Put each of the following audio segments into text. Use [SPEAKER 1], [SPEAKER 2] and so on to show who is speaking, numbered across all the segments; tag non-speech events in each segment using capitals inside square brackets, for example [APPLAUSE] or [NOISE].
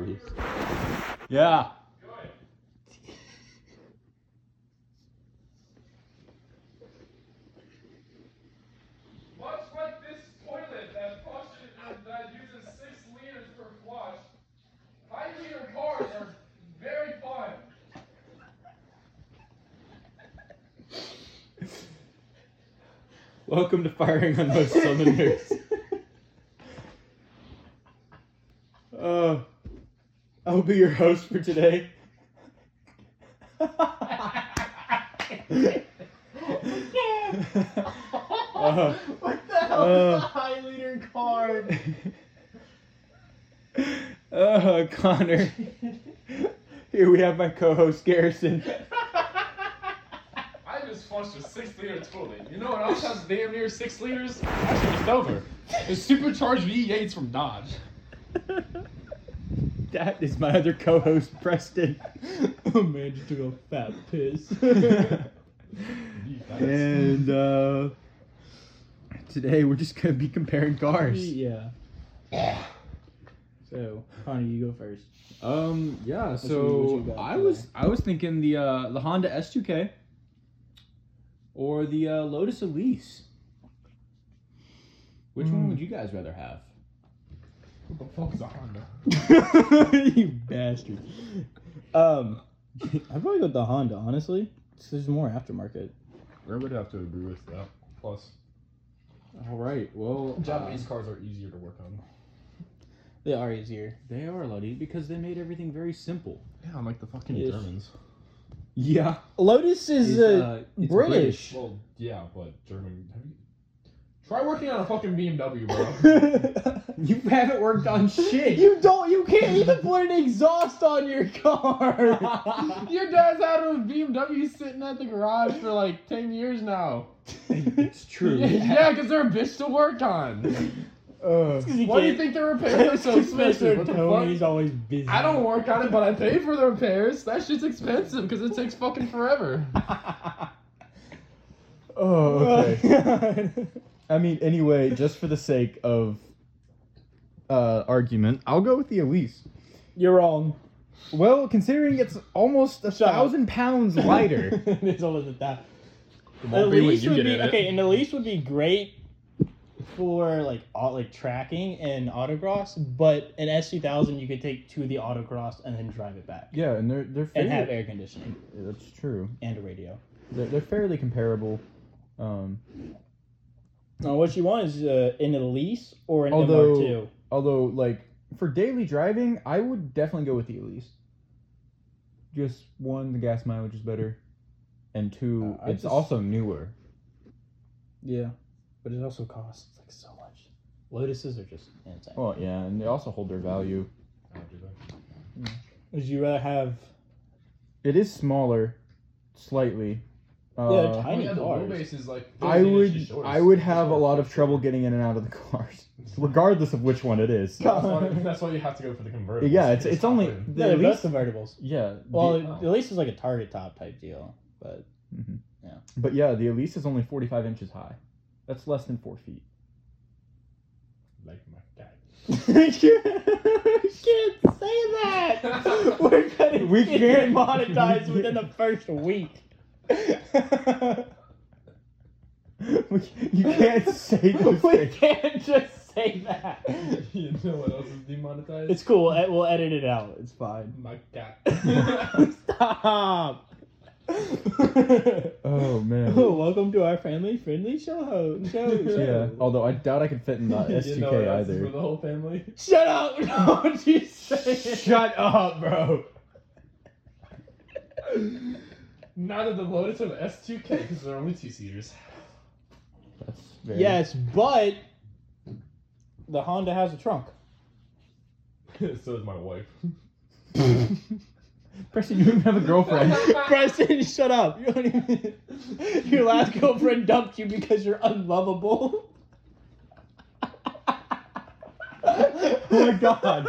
[SPEAKER 1] this. Yeah.
[SPEAKER 2] Much like this toilet that flushes and that uses six liters per flush, five liter cars are very fun.
[SPEAKER 1] Welcome to firing on most cylinders. [LAUGHS] uh, I'll be your host for
[SPEAKER 3] [LAUGHS]
[SPEAKER 1] today. Uh,
[SPEAKER 3] what the hell is
[SPEAKER 1] uh.
[SPEAKER 3] a high liter card?
[SPEAKER 1] [LAUGHS] uh,
[SPEAKER 3] [LAUGHS]
[SPEAKER 1] Connor. Here we have my co-host Garrison.
[SPEAKER 2] I just flushed a six liter toilet. You know what else has damn near six liters? Actually, it's over. It's supercharged V8s from Dodge.
[SPEAKER 1] [LAUGHS] That is my other co-host [LAUGHS] Preston.
[SPEAKER 3] oh man, just took a fat piss.
[SPEAKER 1] and uh, today we're just gonna be comparing cars.
[SPEAKER 3] [LAUGHS] yeah. So, Connor, you go first.
[SPEAKER 1] Um, yeah.
[SPEAKER 3] so what you
[SPEAKER 1] So
[SPEAKER 3] got
[SPEAKER 1] I
[SPEAKER 3] today?
[SPEAKER 1] was I was thinking the uh, the Honda S2K or the uh, Lotus Elise. Which one
[SPEAKER 3] Mm.
[SPEAKER 1] would you guys rather [LAUGHS] have?
[SPEAKER 2] What the fuck is a Honda?
[SPEAKER 3] you bastard.
[SPEAKER 1] [LAUGHS]
[SPEAKER 3] Um, I'd probably go with the Honda, honestly. 'cause There's more aftermarket.
[SPEAKER 2] I would have to agree with that. Plus,
[SPEAKER 1] All right. Well,
[SPEAKER 2] Japanese
[SPEAKER 1] uh,
[SPEAKER 2] cars are easier to work on.
[SPEAKER 3] They are easier.
[SPEAKER 1] they are Lodi because they made everything very simple.
[SPEAKER 2] Yeah, I'm like the fucking
[SPEAKER 3] Yes.
[SPEAKER 2] Germans.
[SPEAKER 1] Yeah.
[SPEAKER 3] Lotus is uh,
[SPEAKER 1] it's
[SPEAKER 3] British.
[SPEAKER 2] Well, yeah, but German. Have you... Try working on a fucking BMW, bro. [LAUGHS]
[SPEAKER 1] You haven't worked on shit.
[SPEAKER 3] you don't. You can't even put an exhaust on your car.
[SPEAKER 2] Your dad's had a BMW sitting at the garage for like 10 years now.
[SPEAKER 1] [LAUGHS] it's true.
[SPEAKER 2] [LAUGHS]
[SPEAKER 3] [LAUGHS]
[SPEAKER 2] Yeah, because they're a bitch to work on.
[SPEAKER 1] Uh,
[SPEAKER 2] Why do you think the repairs
[SPEAKER 1] [LAUGHS]
[SPEAKER 2] are so expensive? What the
[SPEAKER 3] Tony's
[SPEAKER 2] fuck?
[SPEAKER 3] always busy.
[SPEAKER 2] I don't work on it, but I pay for the repairs. That shit's expensive because it takes fucking forever.
[SPEAKER 1] oh,
[SPEAKER 3] [LAUGHS] okay.
[SPEAKER 1] I mean, anyway, just for the sake of uh, argument, I'll go with the Elise.
[SPEAKER 3] You're wrong.
[SPEAKER 1] Well, considering it's almost a
[SPEAKER 3] Shut up.
[SPEAKER 1] thousand pounds lighter.
[SPEAKER 3] [LAUGHS] it's always at that. Elise would be okay, and Elise would be great for like au- like tracking and autocross, but an S two thousand you could take to the autocross and then drive it back
[SPEAKER 1] [LAUGHS] yeah, and they're they're
[SPEAKER 3] and have
[SPEAKER 1] fairly-
[SPEAKER 3] air conditioning
[SPEAKER 1] that's true.
[SPEAKER 3] and a radio.
[SPEAKER 1] They're, they're fairly comparable. Um,
[SPEAKER 3] Now, what you want is uh, an Elise or an
[SPEAKER 1] Although-
[SPEAKER 3] MR2.
[SPEAKER 1] although, like for daily driving, I would definitely go with the Elise. Just one, the gas mileage is better, and two,
[SPEAKER 3] Uh, I
[SPEAKER 1] it's
[SPEAKER 3] just-
[SPEAKER 1] also newer.
[SPEAKER 3] Yeah, but it also costs like so much. Lotuses are just insane.
[SPEAKER 1] Well, yeah, and they also hold their value.
[SPEAKER 3] Would you rather have
[SPEAKER 1] It is smaller, slightly.
[SPEAKER 3] yeah
[SPEAKER 1] Uh,
[SPEAKER 3] tiny
[SPEAKER 2] yeah, the
[SPEAKER 3] cars?
[SPEAKER 2] wheelbase is like.
[SPEAKER 1] I
[SPEAKER 2] 13
[SPEAKER 1] would
[SPEAKER 2] inches short.
[SPEAKER 1] I would have a lot of trouble getting in and out of the [LAUGHS] cars, regardless of which one it
[SPEAKER 3] [LAUGHS]
[SPEAKER 1] is.
[SPEAKER 2] That's why, that's why you have to go for the convertible.
[SPEAKER 1] Yeah, it's it's only
[SPEAKER 3] Yeah,
[SPEAKER 1] the
[SPEAKER 3] they're both
[SPEAKER 1] least.
[SPEAKER 3] convertibles.
[SPEAKER 1] Yeah. the-
[SPEAKER 3] Well,
[SPEAKER 2] oh.
[SPEAKER 3] the Elise is like a target top type deal, [LAUGHS] but
[SPEAKER 1] Mhm.
[SPEAKER 3] yeah.
[SPEAKER 1] But yeah, the Elise is only forty five inches high. That's less than four feet. [LAUGHS]
[SPEAKER 2] Like my dad.
[SPEAKER 3] you can't say [LAUGHS] that. We're gonna
[SPEAKER 1] We
[SPEAKER 3] get [LAUGHS]
[SPEAKER 1] can't.
[SPEAKER 3] monetized within the first week. [LAUGHS]
[SPEAKER 1] We- you can't
[SPEAKER 3] [LAUGHS]
[SPEAKER 1] say those
[SPEAKER 3] we
[SPEAKER 1] things.
[SPEAKER 3] can't just say that.
[SPEAKER 2] [LAUGHS] you know what else is demonetized?
[SPEAKER 3] It's cool. eh, We'll edit it out. It's fine. [LAUGHS]
[SPEAKER 2] my cat.
[SPEAKER 1] [LAUGHS]
[SPEAKER 3] Stop.
[SPEAKER 2] [LAUGHS]
[SPEAKER 3] [LAUGHS]
[SPEAKER 1] Oh man.
[SPEAKER 3] Oh, welcome to our family friendly show. Ho- show, show.
[SPEAKER 1] Yeah. Although I doubt I could fit in
[SPEAKER 3] [LAUGHS]
[SPEAKER 1] the
[SPEAKER 2] You
[SPEAKER 1] S two
[SPEAKER 2] know what
[SPEAKER 1] K
[SPEAKER 2] else is For
[SPEAKER 1] either.
[SPEAKER 2] the whole family.
[SPEAKER 3] Shut up! [LAUGHS] Don't you say it.
[SPEAKER 1] Shut up, bro.
[SPEAKER 2] Not at the Lotus or the S2K because they're only two seaters. [LAUGHS]
[SPEAKER 1] That's very
[SPEAKER 3] Yes, but the Honda has a trunk.
[SPEAKER 2] so is my
[SPEAKER 1] [LAUGHS]
[SPEAKER 2] wife.
[SPEAKER 1] Preston, you don't even have a
[SPEAKER 3] [LAUGHS]
[SPEAKER 1] girlfriend.
[SPEAKER 3] Preston, shut up. You don't even... [LAUGHS] Your last girlfriend dumped you because you're unlovable. oh
[SPEAKER 1] my God.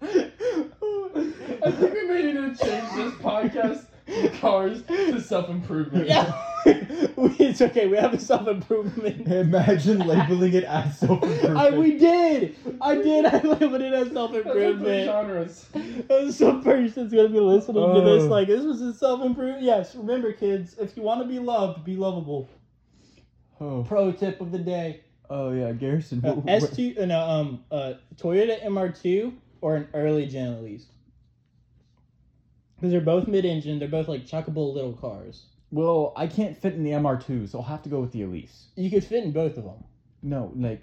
[SPEAKER 2] I think we may need to change this podcast from cars to self improvement.
[SPEAKER 3] [LAUGHS] yeah. [LAUGHS] it's okay. We have a self improvement.
[SPEAKER 1] Imagine labeling it as self
[SPEAKER 3] I we did. I did. I [LAUGHS] labeled it as self
[SPEAKER 4] That's like three
[SPEAKER 3] improvement.
[SPEAKER 4] genres.
[SPEAKER 3] Some person's gonna be listening to this
[SPEAKER 1] Oh.
[SPEAKER 3] like this was a self improvement. Yes, remember, kids, if you want to be loved, be lovable.
[SPEAKER 1] Oh,
[SPEAKER 3] Pro tip of the day:
[SPEAKER 1] oh yeah, Garrison. [LAUGHS]
[SPEAKER 3] uh,
[SPEAKER 1] what-
[SPEAKER 3] S two, uh, no, um, uh, Toyota MR two or an early Gen Elise. Because they're both mid-engine, they're both like chuckable little cars.
[SPEAKER 1] Well, I can't fit in the MR2, so I'll have to go with the Elise.
[SPEAKER 3] You could fit in both of them.
[SPEAKER 1] No, like,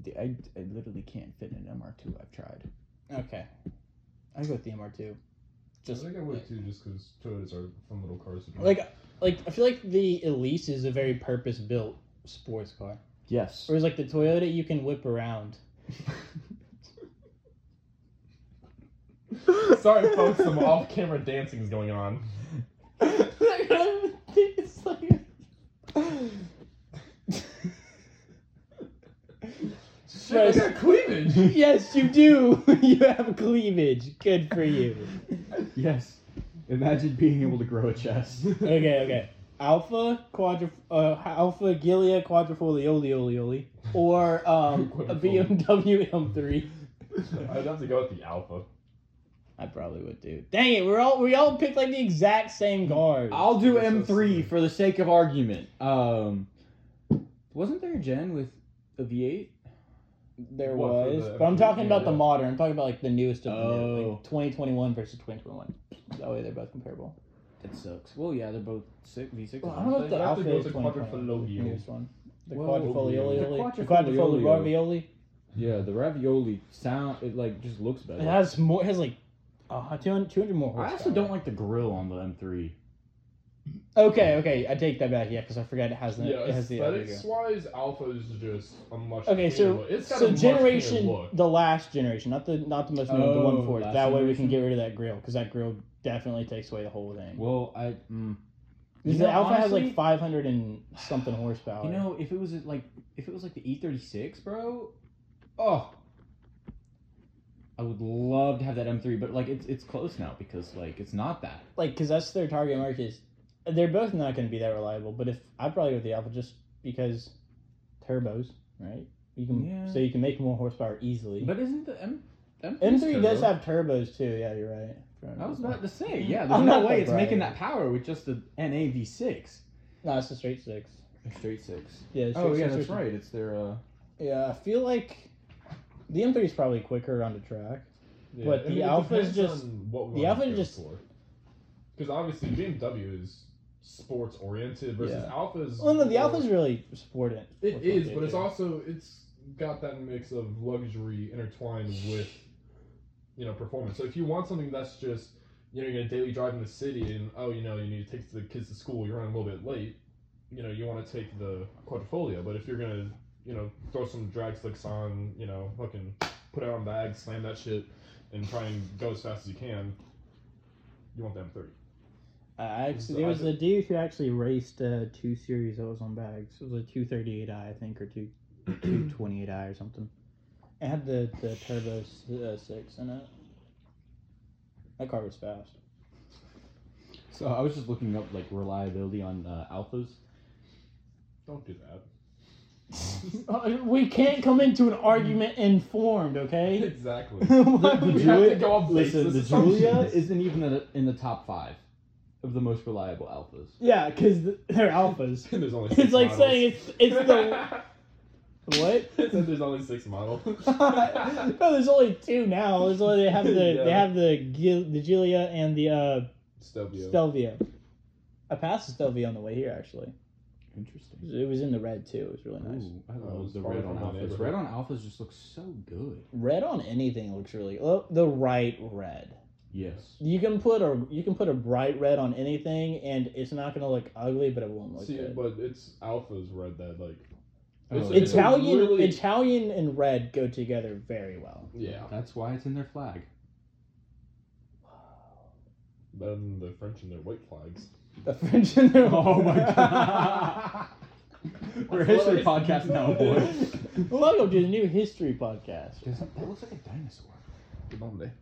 [SPEAKER 1] the- I, I literally can't fit in an MR2. I've tried.
[SPEAKER 3] Okay, I go with the MR two. Just
[SPEAKER 2] I think I would too, just because Toyotas are fun little cars. to drive.
[SPEAKER 3] like like I feel like the Elise is a very purpose built sports car. [LAUGHS]
[SPEAKER 1] Yes.
[SPEAKER 3] Whereas like the Toyota you can whip around.
[SPEAKER 2] [LAUGHS] sorry, folks, some off-camera dancing is going on.
[SPEAKER 3] it's like
[SPEAKER 2] Shit, I got cleavage.
[SPEAKER 3] Yes, you do. [LAUGHS] You have cleavage. Good for you.
[SPEAKER 1] Yes. Imagine being able to grow a chest.
[SPEAKER 3] [LAUGHS] Okay, okay. Alpha quadra uh, Alpha Gilia quadrifolioli oli oli or um a BMW M3.
[SPEAKER 2] [LAUGHS] I'd have to go with the Alpha.
[SPEAKER 3] I probably would do. Dang it, we're all we all picked like the exact same guard.
[SPEAKER 1] I'll do
[SPEAKER 2] That's so
[SPEAKER 1] M3
[SPEAKER 2] silly.
[SPEAKER 1] for the sake of argument. Um, wasn't there a gen with a V8?
[SPEAKER 3] There
[SPEAKER 2] What, for
[SPEAKER 3] was,
[SPEAKER 2] the-
[SPEAKER 3] but I'm talking
[SPEAKER 2] yeah,
[SPEAKER 3] about the
[SPEAKER 2] yeah.
[SPEAKER 3] modern. I'm talking about like the newest of the new,
[SPEAKER 1] Oh.
[SPEAKER 3] like 2021 versus 2021. That way they're both comparable.
[SPEAKER 1] That sucks. Well, yeah, they're both six, V6.
[SPEAKER 3] Well, I don't know if the
[SPEAKER 2] I'd have to
[SPEAKER 3] Alpha
[SPEAKER 2] go
[SPEAKER 3] is
[SPEAKER 2] with the
[SPEAKER 3] 2021, the
[SPEAKER 2] quadrifoglio.
[SPEAKER 3] newest one. The
[SPEAKER 1] Whoa.
[SPEAKER 3] quadrifolioli,
[SPEAKER 1] The
[SPEAKER 3] the quadrifolioli
[SPEAKER 1] quadrifoglio.
[SPEAKER 3] ravioli.
[SPEAKER 1] yeah, the ravioli sound it like just looks better.
[SPEAKER 3] It has more. It has like uh, 200, 200 more.
[SPEAKER 1] I also
[SPEAKER 3] horsepower.
[SPEAKER 1] don't like the grill on the M3.
[SPEAKER 3] Okay, okay, I take that back. Yeah, because I forgot it has the.
[SPEAKER 2] Yeah,
[SPEAKER 3] it has the other
[SPEAKER 2] aesthetics wise, Alpha is just a much.
[SPEAKER 3] Okay,
[SPEAKER 2] cleaner
[SPEAKER 3] so
[SPEAKER 2] look. It's got a
[SPEAKER 3] so
[SPEAKER 2] much cleaner
[SPEAKER 3] generation
[SPEAKER 2] look.
[SPEAKER 3] the last generation, not the not the most new, the
[SPEAKER 1] Oh,
[SPEAKER 3] one before.
[SPEAKER 1] last
[SPEAKER 3] That way we
[SPEAKER 1] generation?
[SPEAKER 3] can get rid of that grill because that grill definitely takes away the whole thing.
[SPEAKER 1] Well, I mm, You
[SPEAKER 3] Because
[SPEAKER 1] know,
[SPEAKER 3] the Alpha has
[SPEAKER 1] honestly-
[SPEAKER 3] like 500 and something horsepower.
[SPEAKER 1] you know if it was like if it was like the E36, bro. Oh, I would love to have that M3, but like it's it's close now because like it's not that.
[SPEAKER 3] like because that's their target market. Is, they're both not going to be that reliable. But if I'd probably go with the Alpha just because turbos, right? You can
[SPEAKER 1] Yeah.
[SPEAKER 3] so you can make more horsepower easily.
[SPEAKER 1] But isn't the M M3
[SPEAKER 3] M3 does
[SPEAKER 1] turbo?
[SPEAKER 3] have turbos too. Yeah, you're right.
[SPEAKER 1] I was about to [LAUGHS] say, yeah, there's
[SPEAKER 3] I'm
[SPEAKER 1] no
[SPEAKER 3] not
[SPEAKER 1] way it's
[SPEAKER 3] surprised.
[SPEAKER 1] making that power with just the NAV6.
[SPEAKER 3] no, it's a straight six.
[SPEAKER 1] Straight six.
[SPEAKER 3] Yeah. it's
[SPEAKER 1] Oh
[SPEAKER 3] straight
[SPEAKER 1] yeah,
[SPEAKER 3] six,
[SPEAKER 1] that's
[SPEAKER 3] straight-
[SPEAKER 1] right. It's their uh
[SPEAKER 3] Yeah, I feel like the M3 is probably quicker on the track.
[SPEAKER 2] Yeah,
[SPEAKER 3] But the
[SPEAKER 2] it
[SPEAKER 3] Alpha is
[SPEAKER 2] depends
[SPEAKER 3] just-
[SPEAKER 2] on what
[SPEAKER 3] the Alpha is just-
[SPEAKER 2] because obviously BMW is sports oriented versus
[SPEAKER 3] Yeah.
[SPEAKER 2] Alpha is.
[SPEAKER 3] Well, no, the
[SPEAKER 2] more-
[SPEAKER 3] Alpha's really sporting.
[SPEAKER 2] It is, but it's also it's got that mix of luxury intertwined with you know performance. So if you want something that's just you know you're gonna daily drive in the city and oh you know you need to take the kids to school you're running a little bit late, you know you want to take the quadrifoglio. But if you're gonna you know throw some drag slicks on you know fucking put it on bag slam that shit and try and go as fast as you can, you want the M30.
[SPEAKER 3] I actually, there was a dude who actually raced uh, two series that was on bags. It was a 238i, I think, or [CLEARS THROAT] two 228i or something. It had the, the turbo s- uh, 6 in it. That car was fast.
[SPEAKER 1] So I was just looking up like reliability on uh, alphas.
[SPEAKER 2] Don't do that.
[SPEAKER 3] Uh, [LAUGHS] we can't come into an argument informed, [LAUGHS] okay?
[SPEAKER 2] Exactly. [LAUGHS]
[SPEAKER 3] Why
[SPEAKER 1] The
[SPEAKER 3] would
[SPEAKER 2] We
[SPEAKER 3] you-
[SPEAKER 2] have to
[SPEAKER 1] Julia-
[SPEAKER 2] go off
[SPEAKER 1] Listen,
[SPEAKER 2] basis
[SPEAKER 1] the
[SPEAKER 2] assumptions.
[SPEAKER 1] Julia isn't even in the, in the top five of the most reliable alphas.
[SPEAKER 3] [LAUGHS] yeah, because they're alphas.
[SPEAKER 2] There's only six
[SPEAKER 3] It's like
[SPEAKER 2] models.
[SPEAKER 3] saying it's it's [LAUGHS]
[SPEAKER 2] [LAUGHS]
[SPEAKER 3] the what?
[SPEAKER 2] It said there's only six
[SPEAKER 3] [LAUGHS]
[SPEAKER 2] models.
[SPEAKER 3] no, there's only two now. There's only they have the they
[SPEAKER 2] Yeah.
[SPEAKER 3] have the Gil, the Gilia and the uh,
[SPEAKER 2] Stelvio.
[SPEAKER 3] Stelvio. I passed Stelvio on the way here. Actually,
[SPEAKER 1] Interesting.
[SPEAKER 3] it was in the red too. It was really nice.
[SPEAKER 1] Ooh, I
[SPEAKER 2] Oh,
[SPEAKER 1] love
[SPEAKER 2] it's
[SPEAKER 1] the
[SPEAKER 2] probably
[SPEAKER 1] red on
[SPEAKER 2] from my
[SPEAKER 1] alphas.
[SPEAKER 2] neighborhood.
[SPEAKER 1] Red on alphas just looks so good.
[SPEAKER 3] Red on anything looks really. Well, the right red.
[SPEAKER 1] Yes.
[SPEAKER 3] You can put a you can put a bright red on anything, and it's not gonna look ugly, but it won't look
[SPEAKER 2] See,
[SPEAKER 3] good.
[SPEAKER 2] but it's alphas read that like.
[SPEAKER 1] Oh,
[SPEAKER 2] it's a
[SPEAKER 3] Italian
[SPEAKER 2] really-
[SPEAKER 3] Italian and red go together very well.
[SPEAKER 2] Yeah,
[SPEAKER 1] [LAUGHS] That's why it's in their
[SPEAKER 2] [LAUGHS]
[SPEAKER 1] flag.
[SPEAKER 2] better than the French and their white [LAUGHS] flags.
[SPEAKER 3] The French and their
[SPEAKER 1] Oh my
[SPEAKER 3] [LAUGHS]
[SPEAKER 1] [LAUGHS] god. We're a history podcast now, boys.
[SPEAKER 2] [LAUGHS]
[SPEAKER 3] Welcome to the new history podcast.
[SPEAKER 1] Does- That looks like a dinosaur.
[SPEAKER 2] Good Monday.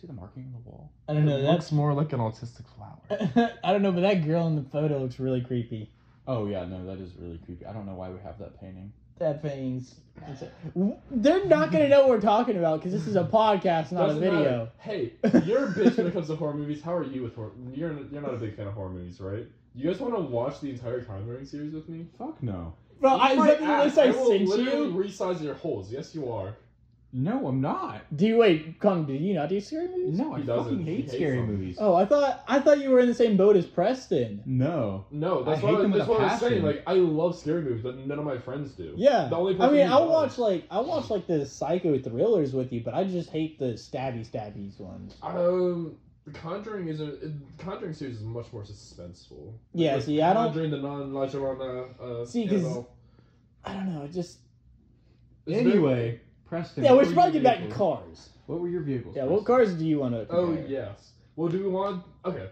[SPEAKER 1] See the marking on the wall?
[SPEAKER 3] I don't know.
[SPEAKER 2] it
[SPEAKER 3] That's
[SPEAKER 2] looks more like an autistic flower.
[SPEAKER 3] [LAUGHS] I don't know, but that girl in the photo looks really creepy.
[SPEAKER 1] Oh yeah, no, that is really creepy. I don't know why we have that painting.
[SPEAKER 3] That thing's. They're not gonna know what we're talking about because this is a podcast, not
[SPEAKER 2] Doesn't
[SPEAKER 3] a video.
[SPEAKER 2] matter. Hey, you're a bitch when it comes to horror movies. How are you with horror? You're you're not a big fan of horror movies, right? You guys want to watch the entire Conjuring series with me?
[SPEAKER 1] Fuck no.
[SPEAKER 3] Bro,
[SPEAKER 2] You
[SPEAKER 3] I, is
[SPEAKER 2] might
[SPEAKER 3] that the
[SPEAKER 2] ask.
[SPEAKER 3] list I,
[SPEAKER 2] will
[SPEAKER 3] sent
[SPEAKER 2] literally
[SPEAKER 3] you?
[SPEAKER 2] resize your holes. Yes, you are.
[SPEAKER 1] No, I'm not.
[SPEAKER 3] Do you wait, Kung? Do you not do scary movies?
[SPEAKER 1] No, I
[SPEAKER 2] He doesn't.
[SPEAKER 1] fucking
[SPEAKER 2] He
[SPEAKER 1] hate
[SPEAKER 2] hates
[SPEAKER 1] scary
[SPEAKER 2] them.
[SPEAKER 1] movies.
[SPEAKER 3] Oh, I thought I thought you were in the same boat as Preston.
[SPEAKER 1] No.
[SPEAKER 2] No, that's
[SPEAKER 1] I
[SPEAKER 2] why
[SPEAKER 1] hate them with
[SPEAKER 2] that's
[SPEAKER 1] a
[SPEAKER 2] what I was saying.
[SPEAKER 1] passion.
[SPEAKER 2] Like, I love scary movies, but none of my friends do.
[SPEAKER 3] Yeah.
[SPEAKER 2] The only person
[SPEAKER 3] I mean,
[SPEAKER 2] who
[SPEAKER 3] I'll
[SPEAKER 2] does-
[SPEAKER 3] watch like I'll watch like the psycho thrillers with you, but I just hate the stabby stabbies ones.
[SPEAKER 2] Um, the Conjuring is a it- Conjuring series is much more suspenseful.
[SPEAKER 3] Yeah,
[SPEAKER 2] Like,
[SPEAKER 3] see, I don't-
[SPEAKER 2] Conjuring the non Lajolana. Uh,
[SPEAKER 3] See, 'cause-
[SPEAKER 2] Annabelle.
[SPEAKER 3] I don't know, it just
[SPEAKER 2] It's very-
[SPEAKER 1] Anyway, Preston.
[SPEAKER 3] yeah.
[SPEAKER 1] what
[SPEAKER 3] We
[SPEAKER 1] were
[SPEAKER 3] should probably
[SPEAKER 1] your
[SPEAKER 3] get back to
[SPEAKER 1] vehicles?
[SPEAKER 3] cars.
[SPEAKER 1] What were your vehicles?
[SPEAKER 3] Yeah, what
[SPEAKER 1] Preston?
[SPEAKER 3] cars do you want to?
[SPEAKER 2] Oh yes. Well, do we want? Okay.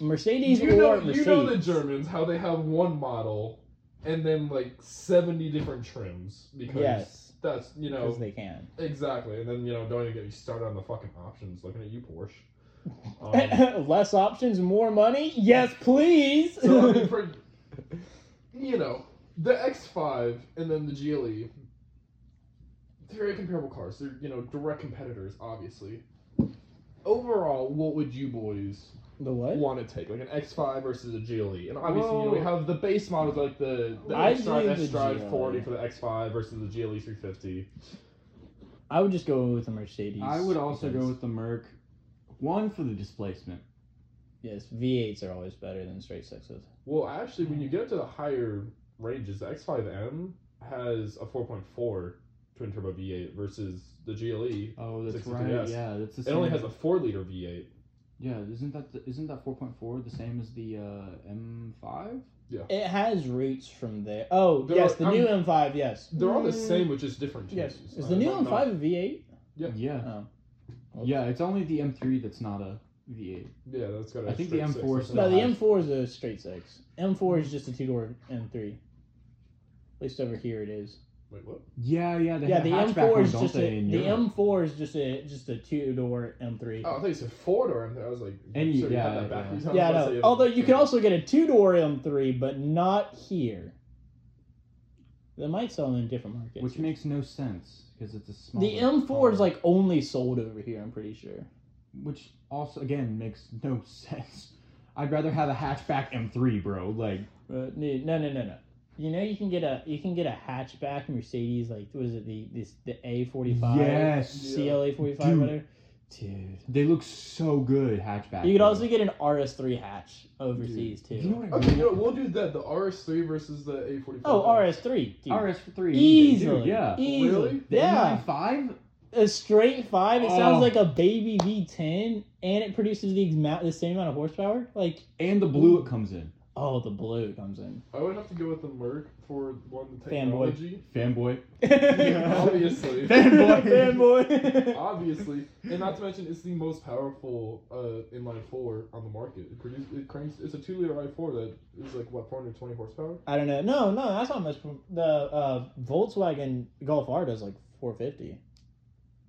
[SPEAKER 3] Mercedes
[SPEAKER 2] You
[SPEAKER 3] or
[SPEAKER 2] know,
[SPEAKER 3] Mercedes?
[SPEAKER 2] you know the Germans how they have one model, and then like seventy different trims because
[SPEAKER 3] Yes,
[SPEAKER 2] that's you know
[SPEAKER 3] because they can.
[SPEAKER 2] exactly, and then you know don't even get me started on the fucking options. Looking at you, Porsche.
[SPEAKER 3] [LAUGHS]
[SPEAKER 2] Um,
[SPEAKER 3] [LAUGHS] Less options, more money. Yes, please.
[SPEAKER 2] So I
[SPEAKER 3] [LAUGHS]
[SPEAKER 2] mean, for you know, the X5 and then the GLE, they're very comparable cars. They're you know direct competitors, obviously. Overall, what would you boys
[SPEAKER 3] the what?
[SPEAKER 2] want to take, like an X5 versus a GLE? And obviously, you know, we
[SPEAKER 1] Well-
[SPEAKER 2] have the base models like the, the
[SPEAKER 3] I'd
[SPEAKER 2] X-Drive,
[SPEAKER 3] leave the
[SPEAKER 2] S-Drive
[SPEAKER 3] GLE.
[SPEAKER 2] 40 for the X5 versus the GLE 350.
[SPEAKER 3] I would just go with the Mercedes.
[SPEAKER 1] I would also
[SPEAKER 3] because-
[SPEAKER 1] go with the Merc. One for the displacement.
[SPEAKER 3] yes. V8s are always better than straight sixes.
[SPEAKER 2] Well, actually, when you get to the higher ranges, the X5M has a 4.4 twin turbo V8 versus the GLE
[SPEAKER 1] Oh, that's
[SPEAKER 2] 62
[SPEAKER 1] right.
[SPEAKER 2] yes.
[SPEAKER 1] Yeah, that's the
[SPEAKER 2] It
[SPEAKER 1] same.
[SPEAKER 2] only has a four liter V eight.
[SPEAKER 1] Yeah, isn't that the, isn't that 4.4 the same as the uh, M5?
[SPEAKER 3] It has roots from there. Oh
[SPEAKER 2] They're
[SPEAKER 3] yes,
[SPEAKER 2] like-
[SPEAKER 3] the
[SPEAKER 2] I'm-
[SPEAKER 3] new M5. Yes.
[SPEAKER 2] They're all the
[SPEAKER 3] Mm,
[SPEAKER 2] same, which is different.
[SPEAKER 3] Yes.
[SPEAKER 2] changes.
[SPEAKER 3] Is
[SPEAKER 2] I
[SPEAKER 3] the new
[SPEAKER 2] don't know.
[SPEAKER 3] M5 a V8?
[SPEAKER 2] Yeah.
[SPEAKER 1] Yeah.
[SPEAKER 3] Oh.
[SPEAKER 1] Yeah, it's only the M3 that's not a V8.
[SPEAKER 2] Yeah, that's got.
[SPEAKER 1] I think the M4 is
[SPEAKER 3] No,
[SPEAKER 1] No,
[SPEAKER 3] the
[SPEAKER 1] I-
[SPEAKER 3] M4 is a straight six. M4 is just a two door M3. At least over here it is.
[SPEAKER 2] Wait, what?
[SPEAKER 1] Yeah, yeah. They
[SPEAKER 3] yeah,
[SPEAKER 1] have
[SPEAKER 3] the
[SPEAKER 1] hatchback
[SPEAKER 3] M4
[SPEAKER 1] ones,
[SPEAKER 3] is
[SPEAKER 1] don't
[SPEAKER 3] just a,
[SPEAKER 1] they, in
[SPEAKER 3] the
[SPEAKER 1] Europe?
[SPEAKER 3] M4 is just a just a two door M3.
[SPEAKER 2] Oh, I thought you said four door. I was like,
[SPEAKER 1] And you-
[SPEAKER 2] sure you had
[SPEAKER 1] yeah,
[SPEAKER 2] that backwards.
[SPEAKER 1] yeah.
[SPEAKER 2] I was
[SPEAKER 3] yeah,
[SPEAKER 2] about to
[SPEAKER 3] no.
[SPEAKER 2] say-
[SPEAKER 3] Although you can also get a two door M3, but not here. They might sell them in different markets.
[SPEAKER 1] which makes no sense because it's a small.
[SPEAKER 3] the M4 is like only sold over here. I'm pretty sure.
[SPEAKER 1] which also again makes no [LAUGHS] sense. I'd rather have a hatchback M3, bro. Like,
[SPEAKER 3] But no, no, no, no. no. You know you can get a you can get a hatchback Mercedes like was it the this the A45
[SPEAKER 1] yes,
[SPEAKER 3] CLA 45
[SPEAKER 1] Dude.
[SPEAKER 3] whatever. Dude.
[SPEAKER 1] they look so good hatchback.
[SPEAKER 3] You could also get an RS3 hatch overseas
[SPEAKER 1] you
[SPEAKER 3] too.
[SPEAKER 1] know what I
[SPEAKER 2] Okay,
[SPEAKER 1] mean?
[SPEAKER 2] you know, we'll do that. The RS three versus the A forty five.
[SPEAKER 3] Oh, RS3. Dude.
[SPEAKER 1] RS3
[SPEAKER 3] Easily.
[SPEAKER 1] dude, yeah.
[SPEAKER 3] Easily.
[SPEAKER 2] Really?
[SPEAKER 1] The
[SPEAKER 3] Yeah.
[SPEAKER 1] M95.
[SPEAKER 3] A straight 5, it
[SPEAKER 1] Oh.
[SPEAKER 3] sounds like a baby V10 and it produces the, exa- the same amount of horsepower. Like,
[SPEAKER 1] and the blue it comes in.
[SPEAKER 3] oh, the blue comes in.
[SPEAKER 2] I would have to go with the Merc for one the
[SPEAKER 3] Fanboy. [LAUGHS]
[SPEAKER 2] technology. [LAUGHS]
[SPEAKER 1] Fanboy. [LAUGHS]
[SPEAKER 2] Obviously.
[SPEAKER 1] Fanboy.
[SPEAKER 2] [LAUGHS]
[SPEAKER 3] Fanboy. [LAUGHS]
[SPEAKER 2] Obviously, and not to mention, it's the most powerful uh, inline four on the market. It produces, it cranks. It's a two liter I four that is like what four hundred twenty horsepower.
[SPEAKER 3] I don't know. No, no, that's not much. The uh, Volkswagen Golf R does like 450.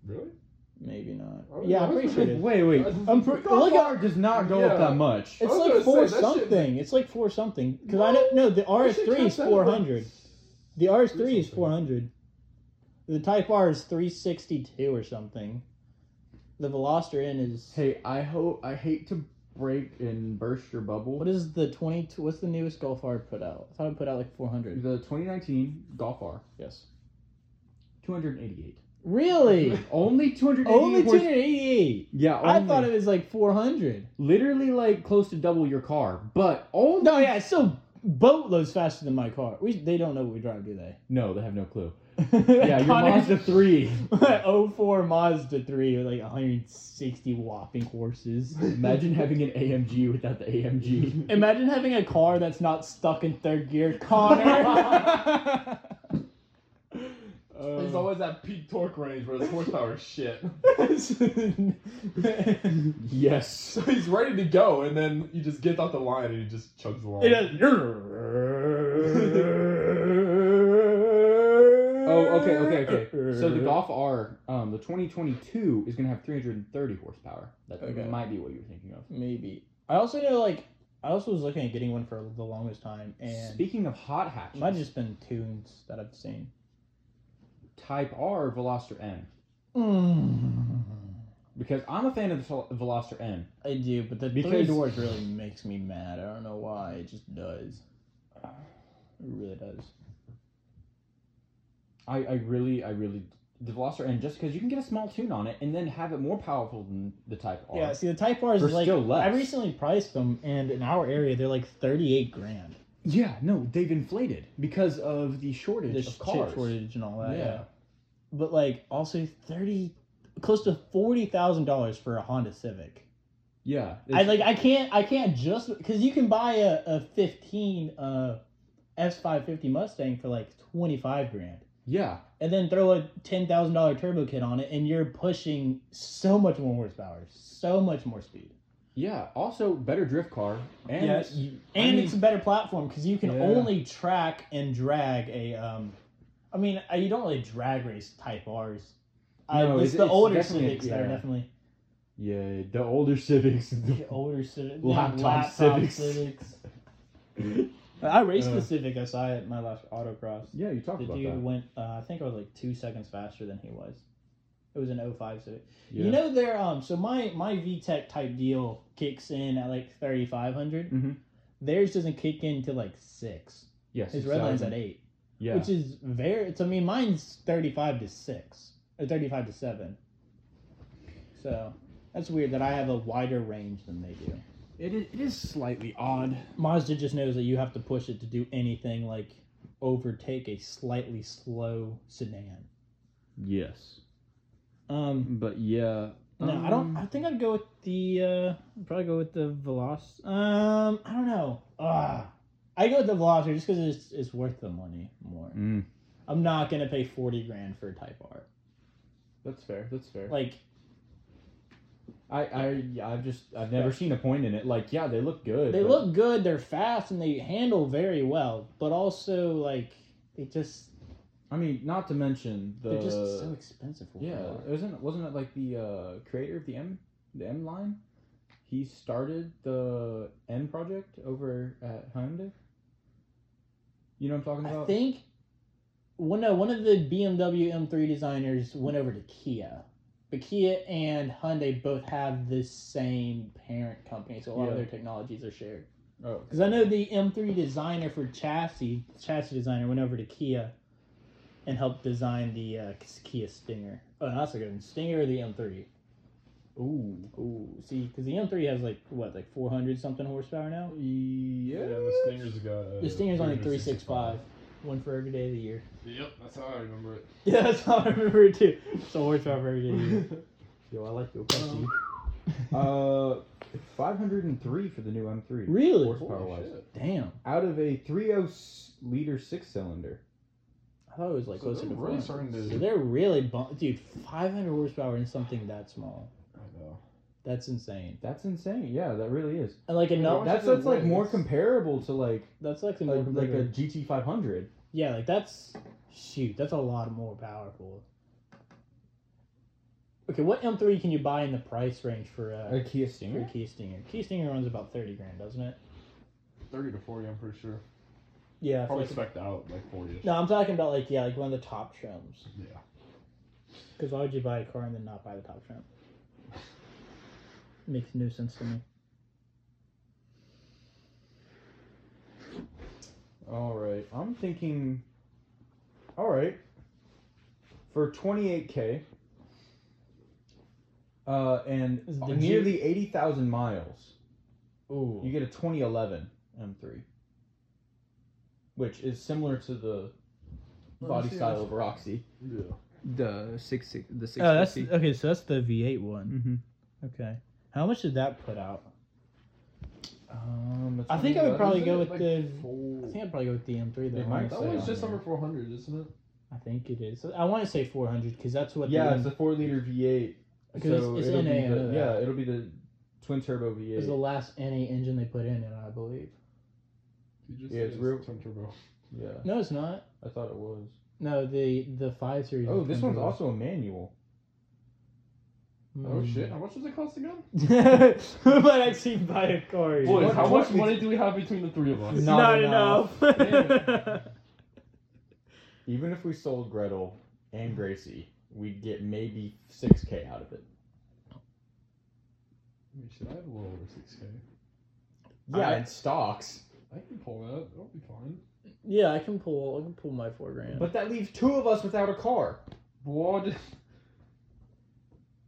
[SPEAKER 2] Really?
[SPEAKER 3] Maybe not.
[SPEAKER 2] Oh,
[SPEAKER 3] yeah, I'm
[SPEAKER 2] yeah,
[SPEAKER 3] pretty
[SPEAKER 2] that's
[SPEAKER 3] sure it is.
[SPEAKER 1] Wait, wait.
[SPEAKER 3] I'm pre-
[SPEAKER 1] Golf
[SPEAKER 3] look at-
[SPEAKER 1] R does not go up
[SPEAKER 2] Yeah.
[SPEAKER 1] that much.
[SPEAKER 3] It's
[SPEAKER 2] was
[SPEAKER 3] like
[SPEAKER 2] gonna
[SPEAKER 3] four
[SPEAKER 2] say, that shit-
[SPEAKER 3] something. It's like four something. Because I
[SPEAKER 2] No.
[SPEAKER 3] don't know. The
[SPEAKER 2] That shit
[SPEAKER 3] RS3 is
[SPEAKER 2] comes out of, [LAUGHS]
[SPEAKER 3] 400. The RS3 is
[SPEAKER 2] something.
[SPEAKER 3] 400. The Type R is 362 or something. The Veloster N is.
[SPEAKER 1] Hey, I hope I hate to break and burst your bubble.
[SPEAKER 3] What is the 20? What's the newest Golf R put out? I thought it put out like 400.
[SPEAKER 1] the 2019 Golf R?
[SPEAKER 3] Yes.
[SPEAKER 1] 288. [LAUGHS]
[SPEAKER 3] Really?
[SPEAKER 1] Only 288.
[SPEAKER 3] Only 288.
[SPEAKER 1] Yeah,
[SPEAKER 3] I
[SPEAKER 1] only.
[SPEAKER 3] thought it was like 400.
[SPEAKER 1] literally like close to double your car, but only
[SPEAKER 3] No, yeah, it's still boatloads faster than my car. We They don't know what we drive, do they?
[SPEAKER 1] No, they have no
[SPEAKER 3] [LAUGHS]
[SPEAKER 1] clue. [LAUGHS] Yeah, your
[SPEAKER 3] Connor-
[SPEAKER 1] Mazda
[SPEAKER 3] [LAUGHS]
[SPEAKER 1] 3.
[SPEAKER 3] My 04 Mazda 3 with like 160 whopping horses.
[SPEAKER 1] Imagine having an AMG without the AMG.
[SPEAKER 3] Imagine having a car that's not stuck in third gear, Connor.
[SPEAKER 2] There's always that peak torque range where his horsepower is shit. [LAUGHS]
[SPEAKER 3] it
[SPEAKER 1] yes.
[SPEAKER 2] So he's ready to go, and then you just get off the line and he just chugs along.
[SPEAKER 3] does.
[SPEAKER 1] Oh, okay, okay, okay. So the Golf R, um, the 2022 is going to have 330 horsepower. That
[SPEAKER 3] Okay.
[SPEAKER 1] might be what you were thinking of.
[SPEAKER 3] maybe. I also know like I also was looking at getting one for the longest time, and
[SPEAKER 1] Speaking of hot hatches,
[SPEAKER 3] might have just been tunes that I've seen.
[SPEAKER 1] Type R Veloster N. Mm. Because I'm a fan of the Vel- Veloster N.
[SPEAKER 3] I do, but the three
[SPEAKER 1] Because-
[SPEAKER 3] doors really makes me mad. I don't know why. It just does. It really does.
[SPEAKER 1] I, I really, I really. The Veloster N, just because you can get a small tune on it and then have it more powerful than the Type R.
[SPEAKER 3] Yeah, see, the Type R is
[SPEAKER 1] For
[SPEAKER 3] like
[SPEAKER 1] still less.
[SPEAKER 3] I recently priced them, and in our area they're like thirty-eight grand.
[SPEAKER 1] Yeah, no, they've inflated because of the shortage
[SPEAKER 3] The
[SPEAKER 1] of
[SPEAKER 3] chip
[SPEAKER 1] cars.
[SPEAKER 3] shortage and all that.
[SPEAKER 1] Yeah.
[SPEAKER 3] but like also thirty, close to forty thousand dollars for a Honda Civic.
[SPEAKER 1] Yeah,
[SPEAKER 3] I
[SPEAKER 1] it's-
[SPEAKER 3] like I can't I can't just because you can buy a, a fifteen uh S five fifty Mustang for like twenty five grand.
[SPEAKER 1] yeah,
[SPEAKER 3] and then throw a ten thousand dollar turbo kit on it, and you're pushing so much more horsepower, so much more speed,
[SPEAKER 1] yeah. Also, better drift car and
[SPEAKER 3] Yes.
[SPEAKER 1] you- I
[SPEAKER 3] and
[SPEAKER 1] mean,
[SPEAKER 3] it's a better platform because you can
[SPEAKER 1] Yeah.
[SPEAKER 3] only track and drag a. Um, I mean, uh, you don't really drag race Type R's. I,
[SPEAKER 1] No,
[SPEAKER 3] it's,
[SPEAKER 1] it's-
[SPEAKER 3] the
[SPEAKER 1] it's
[SPEAKER 3] older
[SPEAKER 1] definitely-
[SPEAKER 3] Civics that are
[SPEAKER 1] yeah. [LAUGHS]
[SPEAKER 3] definitely
[SPEAKER 1] yeah, the older Civics. [LAUGHS]
[SPEAKER 3] the older Civics,
[SPEAKER 1] Laptop
[SPEAKER 3] laptop
[SPEAKER 1] Civics. [LAUGHS]
[SPEAKER 3] Civics. I raced
[SPEAKER 1] Uh.
[SPEAKER 3] the Civic SI at my last autocross.
[SPEAKER 1] yeah, you talked
[SPEAKER 3] The
[SPEAKER 1] about
[SPEAKER 3] dude
[SPEAKER 1] that.
[SPEAKER 3] went, uh, I think I was like two seconds faster than he was. It was an 05 Civic.
[SPEAKER 1] Yeah.
[SPEAKER 3] You know there um so my my VTech type deal kicks in at like thirty
[SPEAKER 1] Mhm.
[SPEAKER 3] Theirs doesn't kick in to like six.
[SPEAKER 1] yes,
[SPEAKER 3] His red line's
[SPEAKER 1] 6,000.
[SPEAKER 3] at eight,
[SPEAKER 1] Yeah,
[SPEAKER 3] which is very. It's I mean mine's thirty five to six or thirty five to seven. So that's weird that I have a wider range than they do.
[SPEAKER 1] it is, it is slightly odd.
[SPEAKER 3] Mazda just knows that you have to push it to do anything like overtake a slightly slow sedan.
[SPEAKER 1] Yes,
[SPEAKER 3] Um,
[SPEAKER 1] but yeah.
[SPEAKER 3] No, I don't. I
[SPEAKER 1] um,
[SPEAKER 3] think I'd go with the. Uh, I'd probably go with the Veloc. Um, I don't know. Ah, I go with the Veloster just because it's it's worth the money more.
[SPEAKER 1] mm,
[SPEAKER 3] I'm not gonna pay forty grand for a Type R.
[SPEAKER 1] that's fair. That's fair.
[SPEAKER 3] Like,
[SPEAKER 1] I, I, yeah, I've just, I've never seen a point in it. Like, yeah, they look good.
[SPEAKER 3] they
[SPEAKER 1] but-
[SPEAKER 3] look good, they're fast, and they handle very well. But also, like, they just
[SPEAKER 1] I mean, not to mention the.
[SPEAKER 3] they're just so expensive. For what they
[SPEAKER 1] Yeah,
[SPEAKER 3] are.
[SPEAKER 1] wasn't wasn't it like the uh, creator of the M the M line? He started the M project over at Hyundai. You know what I'm talking
[SPEAKER 3] I
[SPEAKER 1] about?
[SPEAKER 3] think. Well, no, one of the BMW M3 designers went over to Kia. But Kia and Hyundai both have the same parent company, so a lot of
[SPEAKER 1] Yeah.
[SPEAKER 3] their technologies are shared.
[SPEAKER 1] oh,
[SPEAKER 3] Because I know the M3 designer for chassis, chassis designer, went over to Kia and helped design the uh, Kia Stinger. Oh, no, that's a good one. Stinger or the M3?
[SPEAKER 1] ooh,
[SPEAKER 3] Ooh, see, because the M3 has like, what, like 400 something horsepower now?
[SPEAKER 1] yeah.
[SPEAKER 2] Yeah, the Stinger's got. Uh,
[SPEAKER 3] The Stinger's only
[SPEAKER 2] 365.
[SPEAKER 3] 365, one for every day of the year.
[SPEAKER 2] Yep, that's how I remember it.
[SPEAKER 3] [LAUGHS] Yeah, that's how I remember it too. So horsepower per [LAUGHS] day.
[SPEAKER 1] Yo, I like your
[SPEAKER 3] question.
[SPEAKER 1] Uh, 503 for the new M3.
[SPEAKER 3] Really?
[SPEAKER 1] Horsepower
[SPEAKER 2] [LAUGHS] Holy
[SPEAKER 1] wise.
[SPEAKER 2] shit.
[SPEAKER 3] Damn.
[SPEAKER 1] Out of a 30 liter six cylinder.
[SPEAKER 3] I thought it was like
[SPEAKER 2] So
[SPEAKER 3] closer to
[SPEAKER 2] they're
[SPEAKER 3] four.
[SPEAKER 2] really starting to-
[SPEAKER 3] So they're really bump, dude. Five hundred horsepower in something that small.
[SPEAKER 2] I know.
[SPEAKER 3] That's insane.
[SPEAKER 1] That's insane. Yeah, that really is.
[SPEAKER 3] And like
[SPEAKER 2] much
[SPEAKER 3] enough.
[SPEAKER 1] That's
[SPEAKER 2] is it
[SPEAKER 1] that's like more
[SPEAKER 2] weighs?
[SPEAKER 1] comparable to like
[SPEAKER 3] That's like the
[SPEAKER 1] a,
[SPEAKER 3] more
[SPEAKER 1] like a
[SPEAKER 3] competitive-
[SPEAKER 1] GT 500.
[SPEAKER 3] yeah. Like that's shoot. That's a lot more powerful. Okay, what M3 can you buy in the price range for uh,
[SPEAKER 1] A Kia
[SPEAKER 3] for
[SPEAKER 1] Stinger.
[SPEAKER 3] a Key Stinger? Key Stinger runs about thirty grand, doesn't it?
[SPEAKER 2] 30 to 40, I'm pretty sure.
[SPEAKER 3] Yeah. I feel
[SPEAKER 2] Probably
[SPEAKER 3] like-
[SPEAKER 2] spec out like 40
[SPEAKER 3] no, I'm talking about like yeah, like one of the top trims.
[SPEAKER 2] Yeah.
[SPEAKER 3] Because why would you buy a car and then not buy the top trim? Makes no sense to me.
[SPEAKER 1] All right, I'm thinking. All right, for 28k, uh, and
[SPEAKER 3] Is the
[SPEAKER 1] nearly 80,000 miles,
[SPEAKER 3] Ooh.
[SPEAKER 1] you get a 2011 M3, which is similar to the
[SPEAKER 2] me
[SPEAKER 1] body
[SPEAKER 2] see
[SPEAKER 1] style
[SPEAKER 2] this.
[SPEAKER 1] of Roxy.
[SPEAKER 2] Yeah.
[SPEAKER 1] The six, six the six.
[SPEAKER 3] oh, that's okay. So that's the V8 one.
[SPEAKER 1] Mm-hmm.
[SPEAKER 3] Okay. How much did that put out?
[SPEAKER 1] Um,
[SPEAKER 3] I think I would probably
[SPEAKER 2] Isn't
[SPEAKER 3] go
[SPEAKER 2] it,
[SPEAKER 3] with
[SPEAKER 2] like,
[SPEAKER 3] the. I
[SPEAKER 2] full-
[SPEAKER 3] think I'd probably go with the M3 though.
[SPEAKER 1] It
[SPEAKER 3] I
[SPEAKER 1] might-
[SPEAKER 2] That
[SPEAKER 3] wanna
[SPEAKER 1] say
[SPEAKER 2] one's
[SPEAKER 1] on
[SPEAKER 3] say.
[SPEAKER 2] just
[SPEAKER 1] there.
[SPEAKER 2] over 400, isn't it?
[SPEAKER 3] I think it is. I want to say 400 because that's what.
[SPEAKER 1] yeah,
[SPEAKER 3] the,
[SPEAKER 1] it's a four liter V8.
[SPEAKER 3] Because it's-
[SPEAKER 1] So
[SPEAKER 3] it's
[SPEAKER 1] it'll be
[SPEAKER 3] NA, I
[SPEAKER 1] the-
[SPEAKER 3] know that.
[SPEAKER 1] yeah, it'll be the twin turbo
[SPEAKER 3] it was the
[SPEAKER 1] V8.
[SPEAKER 3] last NA engine they put in it, I believe.
[SPEAKER 2] You just
[SPEAKER 1] Yeah,
[SPEAKER 2] said
[SPEAKER 1] it's real-
[SPEAKER 2] twin turbo.
[SPEAKER 1] Yeah,
[SPEAKER 3] No, it's not.
[SPEAKER 1] I thought it was.
[SPEAKER 3] No, the the five series.
[SPEAKER 1] Oh, this one's also a manual.
[SPEAKER 3] Mm-hmm.
[SPEAKER 2] Oh shit! How much does it cost
[SPEAKER 3] [LAUGHS]
[SPEAKER 2] again?
[SPEAKER 3] Who might actually buy a car?
[SPEAKER 2] Boys,
[SPEAKER 1] What-
[SPEAKER 2] how
[SPEAKER 1] what
[SPEAKER 2] much money do we have between the three of us?
[SPEAKER 3] No. Not
[SPEAKER 5] Not, enough.
[SPEAKER 3] [LAUGHS]
[SPEAKER 1] Even if we sold Gretel and Gracie, we'd get maybe six k out of it.
[SPEAKER 2] Wait, Should I have a little over six k?
[SPEAKER 1] Yeah,
[SPEAKER 3] I-
[SPEAKER 1] and stocks.
[SPEAKER 2] I can pull that. That'll be fine.
[SPEAKER 5] yeah, I can pull. I can pull my four grand.
[SPEAKER 1] But that leaves two of us without a car.
[SPEAKER 2] What?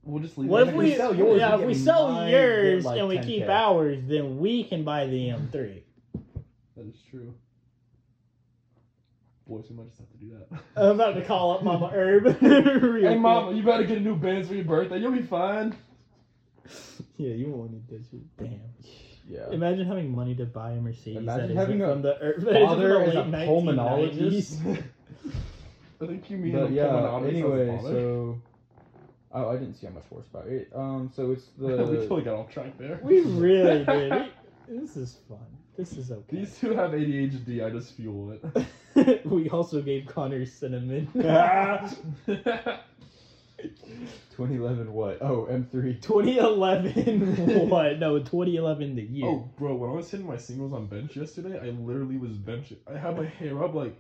[SPEAKER 2] We'll just leave.
[SPEAKER 3] What
[SPEAKER 2] it
[SPEAKER 3] if
[SPEAKER 2] at
[SPEAKER 3] we
[SPEAKER 1] we sell yours,
[SPEAKER 3] yeah
[SPEAKER 1] we
[SPEAKER 3] if we
[SPEAKER 1] get
[SPEAKER 3] sell
[SPEAKER 1] mine,
[SPEAKER 3] yours
[SPEAKER 1] get, like,
[SPEAKER 3] and we
[SPEAKER 1] 10K.
[SPEAKER 3] keep ours, then we can buy the M three.
[SPEAKER 2] that. That is true. Boys, we might just have to do that.
[SPEAKER 3] I'm about to call up Mama Herb. [LAUGHS]
[SPEAKER 2] hey, mama, you better get a new Benz for your birthday. You'll be fine. [LAUGHS]
[SPEAKER 3] Yeah, you wanted this. Damn.
[SPEAKER 1] Yeah.
[SPEAKER 3] Imagine having money to buy a Mercedes.
[SPEAKER 1] Imagine
[SPEAKER 3] that
[SPEAKER 1] having
[SPEAKER 3] isn't
[SPEAKER 1] a
[SPEAKER 3] from the Herb. [LAUGHS] that isn't from
[SPEAKER 1] Father
[SPEAKER 3] the
[SPEAKER 1] is a
[SPEAKER 3] late 1990s.
[SPEAKER 1] pulmonologist.
[SPEAKER 2] I think you mean.
[SPEAKER 1] But
[SPEAKER 2] a
[SPEAKER 1] yeah.
[SPEAKER 2] pulmonologist
[SPEAKER 1] Anyway,
[SPEAKER 2] sounds bothered.
[SPEAKER 1] so. Oh, I didn't see how much horsepower. It, um, so
[SPEAKER 3] [LAUGHS]
[SPEAKER 1] it's
[SPEAKER 2] [LAUGHS] we
[SPEAKER 1] the
[SPEAKER 2] totally got off track there.
[SPEAKER 3] We really did. We- this is fun. This is okay.
[SPEAKER 2] [LAUGHS] These two have ADHD. I just fuel it.
[SPEAKER 3] [LAUGHS] we also gave Connor cinnamon. [LAUGHS]
[SPEAKER 2] [LAUGHS]
[SPEAKER 1] twenty eleven what? Oh, M three.
[SPEAKER 2] [LAUGHS]
[SPEAKER 3] Mm-hmm. 2011. what? No, 2011 the year.
[SPEAKER 2] Oh, bro, when I was hitting my singles on bench yesterday, I literally was bench. I had my hair up like,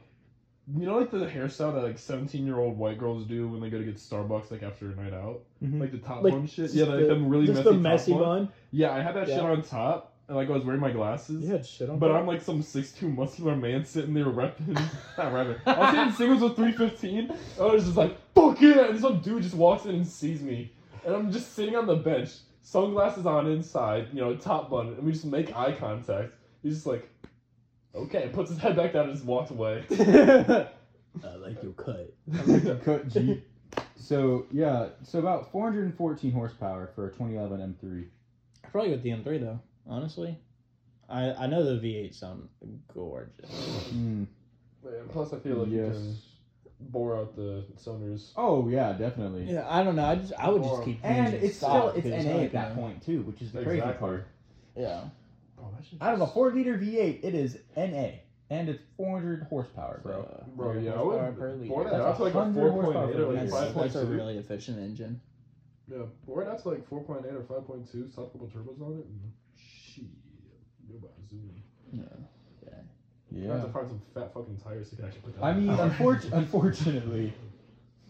[SPEAKER 2] you know, like the hairstyle that like seventeen-year-old white girls do when they go to get Starbucks like after a night out, like the top
[SPEAKER 3] Mm-hmm. Like,
[SPEAKER 2] one shit. Yeah, like
[SPEAKER 3] the-
[SPEAKER 2] them really
[SPEAKER 3] Just
[SPEAKER 2] messy,
[SPEAKER 3] the messy
[SPEAKER 2] top one.
[SPEAKER 3] one.
[SPEAKER 2] Yeah, I had that shit
[SPEAKER 3] Yeah.
[SPEAKER 2] on top, and like I was wearing my glasses.
[SPEAKER 3] You had shit on.
[SPEAKER 2] But
[SPEAKER 3] that?
[SPEAKER 2] I'm like some six-two muscular man sitting there repping, [LAUGHS] not repping. I was hitting singles with three fifteen. I was just like, "Fuck yeah!" And some dude just walks in and sees me, and I'm just sitting on the bench, sunglasses on inside, you know, top bun, and we just make eye contact. He's just like, "Okay," and puts his head back down and just walks
[SPEAKER 1] [LAUGHS]
[SPEAKER 2] away.
[SPEAKER 3] I like your cut.
[SPEAKER 1] Cut Jeep. So yeah, so about four hundred and fourteen horsepower for a twenty eleven M three.
[SPEAKER 3] I probably with the M3 though. Honestly, I I know the V8 sound gorgeous.
[SPEAKER 1] Hmm.
[SPEAKER 2] Man, plus, I feel like you
[SPEAKER 1] Yes.
[SPEAKER 2] can bore out the sonars.
[SPEAKER 1] Oh yeah, definitely.
[SPEAKER 3] Yeah, I don't know. I just I would just
[SPEAKER 2] Or-
[SPEAKER 3] keep
[SPEAKER 1] And
[SPEAKER 3] using
[SPEAKER 1] it's still
[SPEAKER 3] stock,
[SPEAKER 1] it's
[SPEAKER 3] 'cause
[SPEAKER 1] NA
[SPEAKER 3] I
[SPEAKER 1] at that
[SPEAKER 3] can-
[SPEAKER 1] point too, which is the crazy
[SPEAKER 2] Exactly.
[SPEAKER 1] part.
[SPEAKER 3] Yeah.
[SPEAKER 2] Bro, that shit
[SPEAKER 1] Out of a
[SPEAKER 2] just-
[SPEAKER 1] four liter V eight, it is NA, and it's four hundred horsepower, bro.
[SPEAKER 2] Bro, yeah, I
[SPEAKER 3] horsepower
[SPEAKER 2] would
[SPEAKER 3] per liter.
[SPEAKER 2] bore that
[SPEAKER 1] That's
[SPEAKER 2] out to like a
[SPEAKER 1] 100
[SPEAKER 2] four point eight or
[SPEAKER 1] horsepower.
[SPEAKER 2] like five
[SPEAKER 3] That's,
[SPEAKER 2] point
[SPEAKER 3] that's a
[SPEAKER 2] two.
[SPEAKER 3] really efficient engine.
[SPEAKER 2] Yeah, but we're down to like 4.8 or 5.2, stopped a couple turbos on it, and shit, you're about to zoom. I have to find some fat fucking tires that can actually put that
[SPEAKER 1] I [LAUGHS]
[SPEAKER 2] on [LAUGHS]
[SPEAKER 1] mean,
[SPEAKER 2] power.
[SPEAKER 1] unfortunately, unfortunately,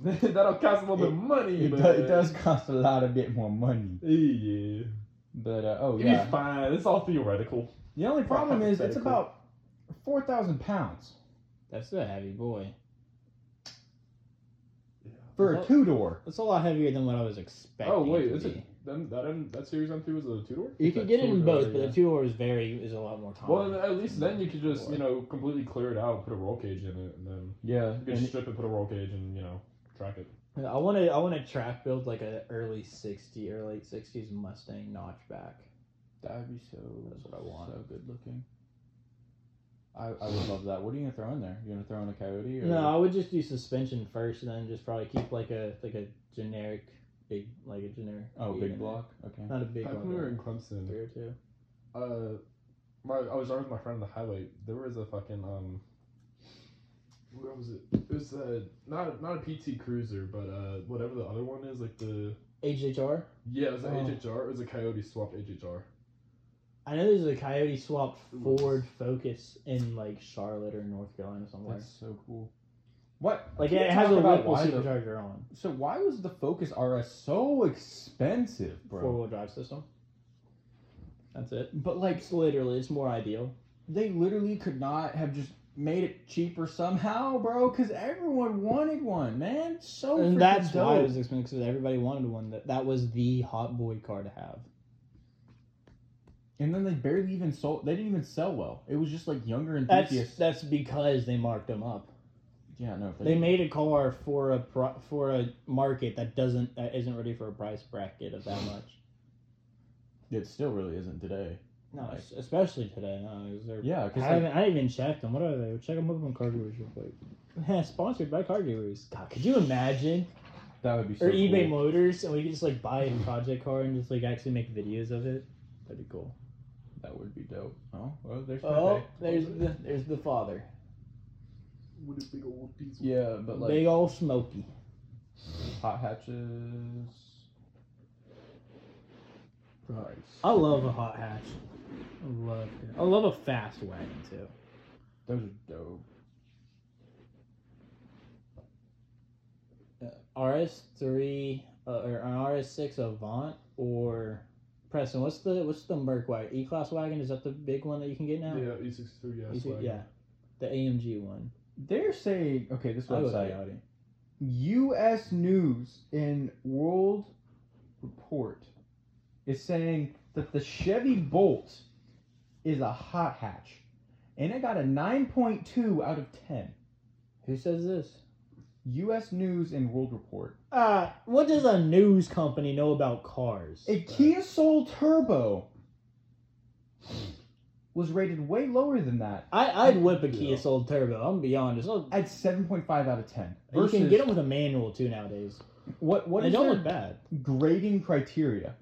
[SPEAKER 2] [LAUGHS] That'll cost a little bit of money,
[SPEAKER 1] it,
[SPEAKER 2] but...
[SPEAKER 1] do- it does cost a lot of bit more money.
[SPEAKER 2] [LAUGHS] Yeah.
[SPEAKER 1] But uh, oh
[SPEAKER 2] It'd
[SPEAKER 1] yeah,
[SPEAKER 2] be fine. It's all theoretical.
[SPEAKER 1] the only problem is it's
[SPEAKER 2] hypothetical.
[SPEAKER 1] about four thousand pounds
[SPEAKER 3] That's a heavy boy.
[SPEAKER 1] for a
[SPEAKER 3] Well-
[SPEAKER 1] two door.
[SPEAKER 3] That's a lot heavier than what I was expecting.
[SPEAKER 2] Oh, wait,
[SPEAKER 3] to
[SPEAKER 2] it's
[SPEAKER 3] be.
[SPEAKER 2] a, then, that, M- that Series M3 was a two-door?
[SPEAKER 3] You
[SPEAKER 2] It's a
[SPEAKER 3] could get it in
[SPEAKER 2] two-door,
[SPEAKER 3] both, but
[SPEAKER 2] yeah.
[SPEAKER 3] the two door is very is a lot more common.
[SPEAKER 1] uh,
[SPEAKER 2] Well, then at least then you could just, you
[SPEAKER 3] Four.
[SPEAKER 2] know, completely clear it out, put a roll cage in it, and then
[SPEAKER 1] Yeah,
[SPEAKER 2] you could strip it, put a roll cage, and, you know, track it.
[SPEAKER 3] I want to I want to track build like a early sixty or late sixties Mustang notchback.
[SPEAKER 1] that would be so.
[SPEAKER 3] That's what I want.
[SPEAKER 1] So good looking. I, I would love that. What are you gonna throw in there? You gonna throw in a coyote? Or...
[SPEAKER 3] No, I would just do suspension first, and then just probably keep like a like a generic big like a generic.
[SPEAKER 1] Oh,
[SPEAKER 3] eight
[SPEAKER 1] big
[SPEAKER 3] in
[SPEAKER 1] block. Okay.
[SPEAKER 3] there. Not a big
[SPEAKER 2] Back
[SPEAKER 3] one.
[SPEAKER 2] when we were
[SPEAKER 3] but
[SPEAKER 2] in Clemson,
[SPEAKER 3] Three or two.
[SPEAKER 2] uh, my I was driving with my friend on the highway. There was a fucking um, where was it? It was uh, not not a PT Cruiser, but uh, whatever the other one is, like the
[SPEAKER 3] HHR.
[SPEAKER 2] yeah, it was an
[SPEAKER 1] Oh.
[SPEAKER 2] HHR. It was a Coyote swap HHR.
[SPEAKER 3] I know there's a Coyote swap Ford Focus in like Charlotte or North Carolina somewhere.
[SPEAKER 1] That's so cool. What?
[SPEAKER 3] like
[SPEAKER 1] can
[SPEAKER 3] it
[SPEAKER 1] we
[SPEAKER 3] has a
[SPEAKER 1] talk about
[SPEAKER 3] Whipple
[SPEAKER 1] why the-
[SPEAKER 3] supercharger on
[SPEAKER 1] So why was the Focus RS so expensive, bro?
[SPEAKER 3] four wheel drive system. That's it.
[SPEAKER 1] But like
[SPEAKER 3] It's literally it's more ideal.
[SPEAKER 1] they literally could not have just made it cheaper somehow, bro, because everyone wanted one, man. So Oh, freaking
[SPEAKER 3] and that's
[SPEAKER 1] dope.
[SPEAKER 3] why it was expensive. 'cause Everybody wanted one. That that was the hot boy car to have.
[SPEAKER 1] And then they barely even sold. They didn't even sell well. It was just like younger
[SPEAKER 3] That's
[SPEAKER 1] enthusiasts.
[SPEAKER 3] that's because they marked them up.
[SPEAKER 1] yeah, no.
[SPEAKER 3] They made a car for a pro, for a market that doesn't that isn't ready for a price bracket of that
[SPEAKER 1] [SIGHS]
[SPEAKER 3] much.
[SPEAKER 1] it still really isn't today.
[SPEAKER 3] No, es- especially today. No, 'cause they're-
[SPEAKER 1] Yeah, because
[SPEAKER 3] I haven't, I haven't even checked them. What are they? Check them up on Car Gurus real quick. [LAUGHS] Sponsored by Car Gurus. God, could you imagine?
[SPEAKER 1] that would be so
[SPEAKER 3] or eBay
[SPEAKER 1] cool.
[SPEAKER 3] Motors, and we could just like buy a project car and just like actually make videos of it. That'd be cool.
[SPEAKER 1] That would be dope. Oh, well, there's my
[SPEAKER 3] Oh,
[SPEAKER 1] day.
[SPEAKER 3] there's the there's the father.
[SPEAKER 2] With a big old diesel.
[SPEAKER 1] Yeah, but like
[SPEAKER 3] Big old smoky.
[SPEAKER 1] hot hatches. Price.
[SPEAKER 3] Oh.
[SPEAKER 5] I love a hot hatch. I love it. I love a fast wagon too.
[SPEAKER 1] Those are dope.
[SPEAKER 3] RS Uh, three uh, or an RS six Avant or Preston. What's the what's the Merc wagon? E class wagon is that the big one that you can get now?
[SPEAKER 2] Yeah, E sixty three
[SPEAKER 3] You
[SPEAKER 2] gas
[SPEAKER 3] see-
[SPEAKER 2] wagon.
[SPEAKER 3] yeah. the AMG one.
[SPEAKER 1] They're saying okay, this
[SPEAKER 3] I would
[SPEAKER 1] website.
[SPEAKER 3] Audi.
[SPEAKER 1] U.S. News and World Report is saying that the Chevy Bolt is a hot hatch, and it got a 9.2 out of 10.
[SPEAKER 3] Who says this?
[SPEAKER 1] U.S. News and World Report.
[SPEAKER 3] Uh, what does a news company know about cars?
[SPEAKER 1] A Kia Soul Turbo was rated way lower than that
[SPEAKER 3] I, I'd whip a Kia
[SPEAKER 2] Yeah.
[SPEAKER 3] Soul Turbo. I'm gonna be honest. Look,
[SPEAKER 1] at 7.5 out of 10.
[SPEAKER 3] you
[SPEAKER 1] Versus-
[SPEAKER 3] can get them with a manual too nowadays.
[SPEAKER 1] What what
[SPEAKER 3] they
[SPEAKER 1] is
[SPEAKER 3] don't
[SPEAKER 1] their
[SPEAKER 3] look bad.
[SPEAKER 1] grading criteria?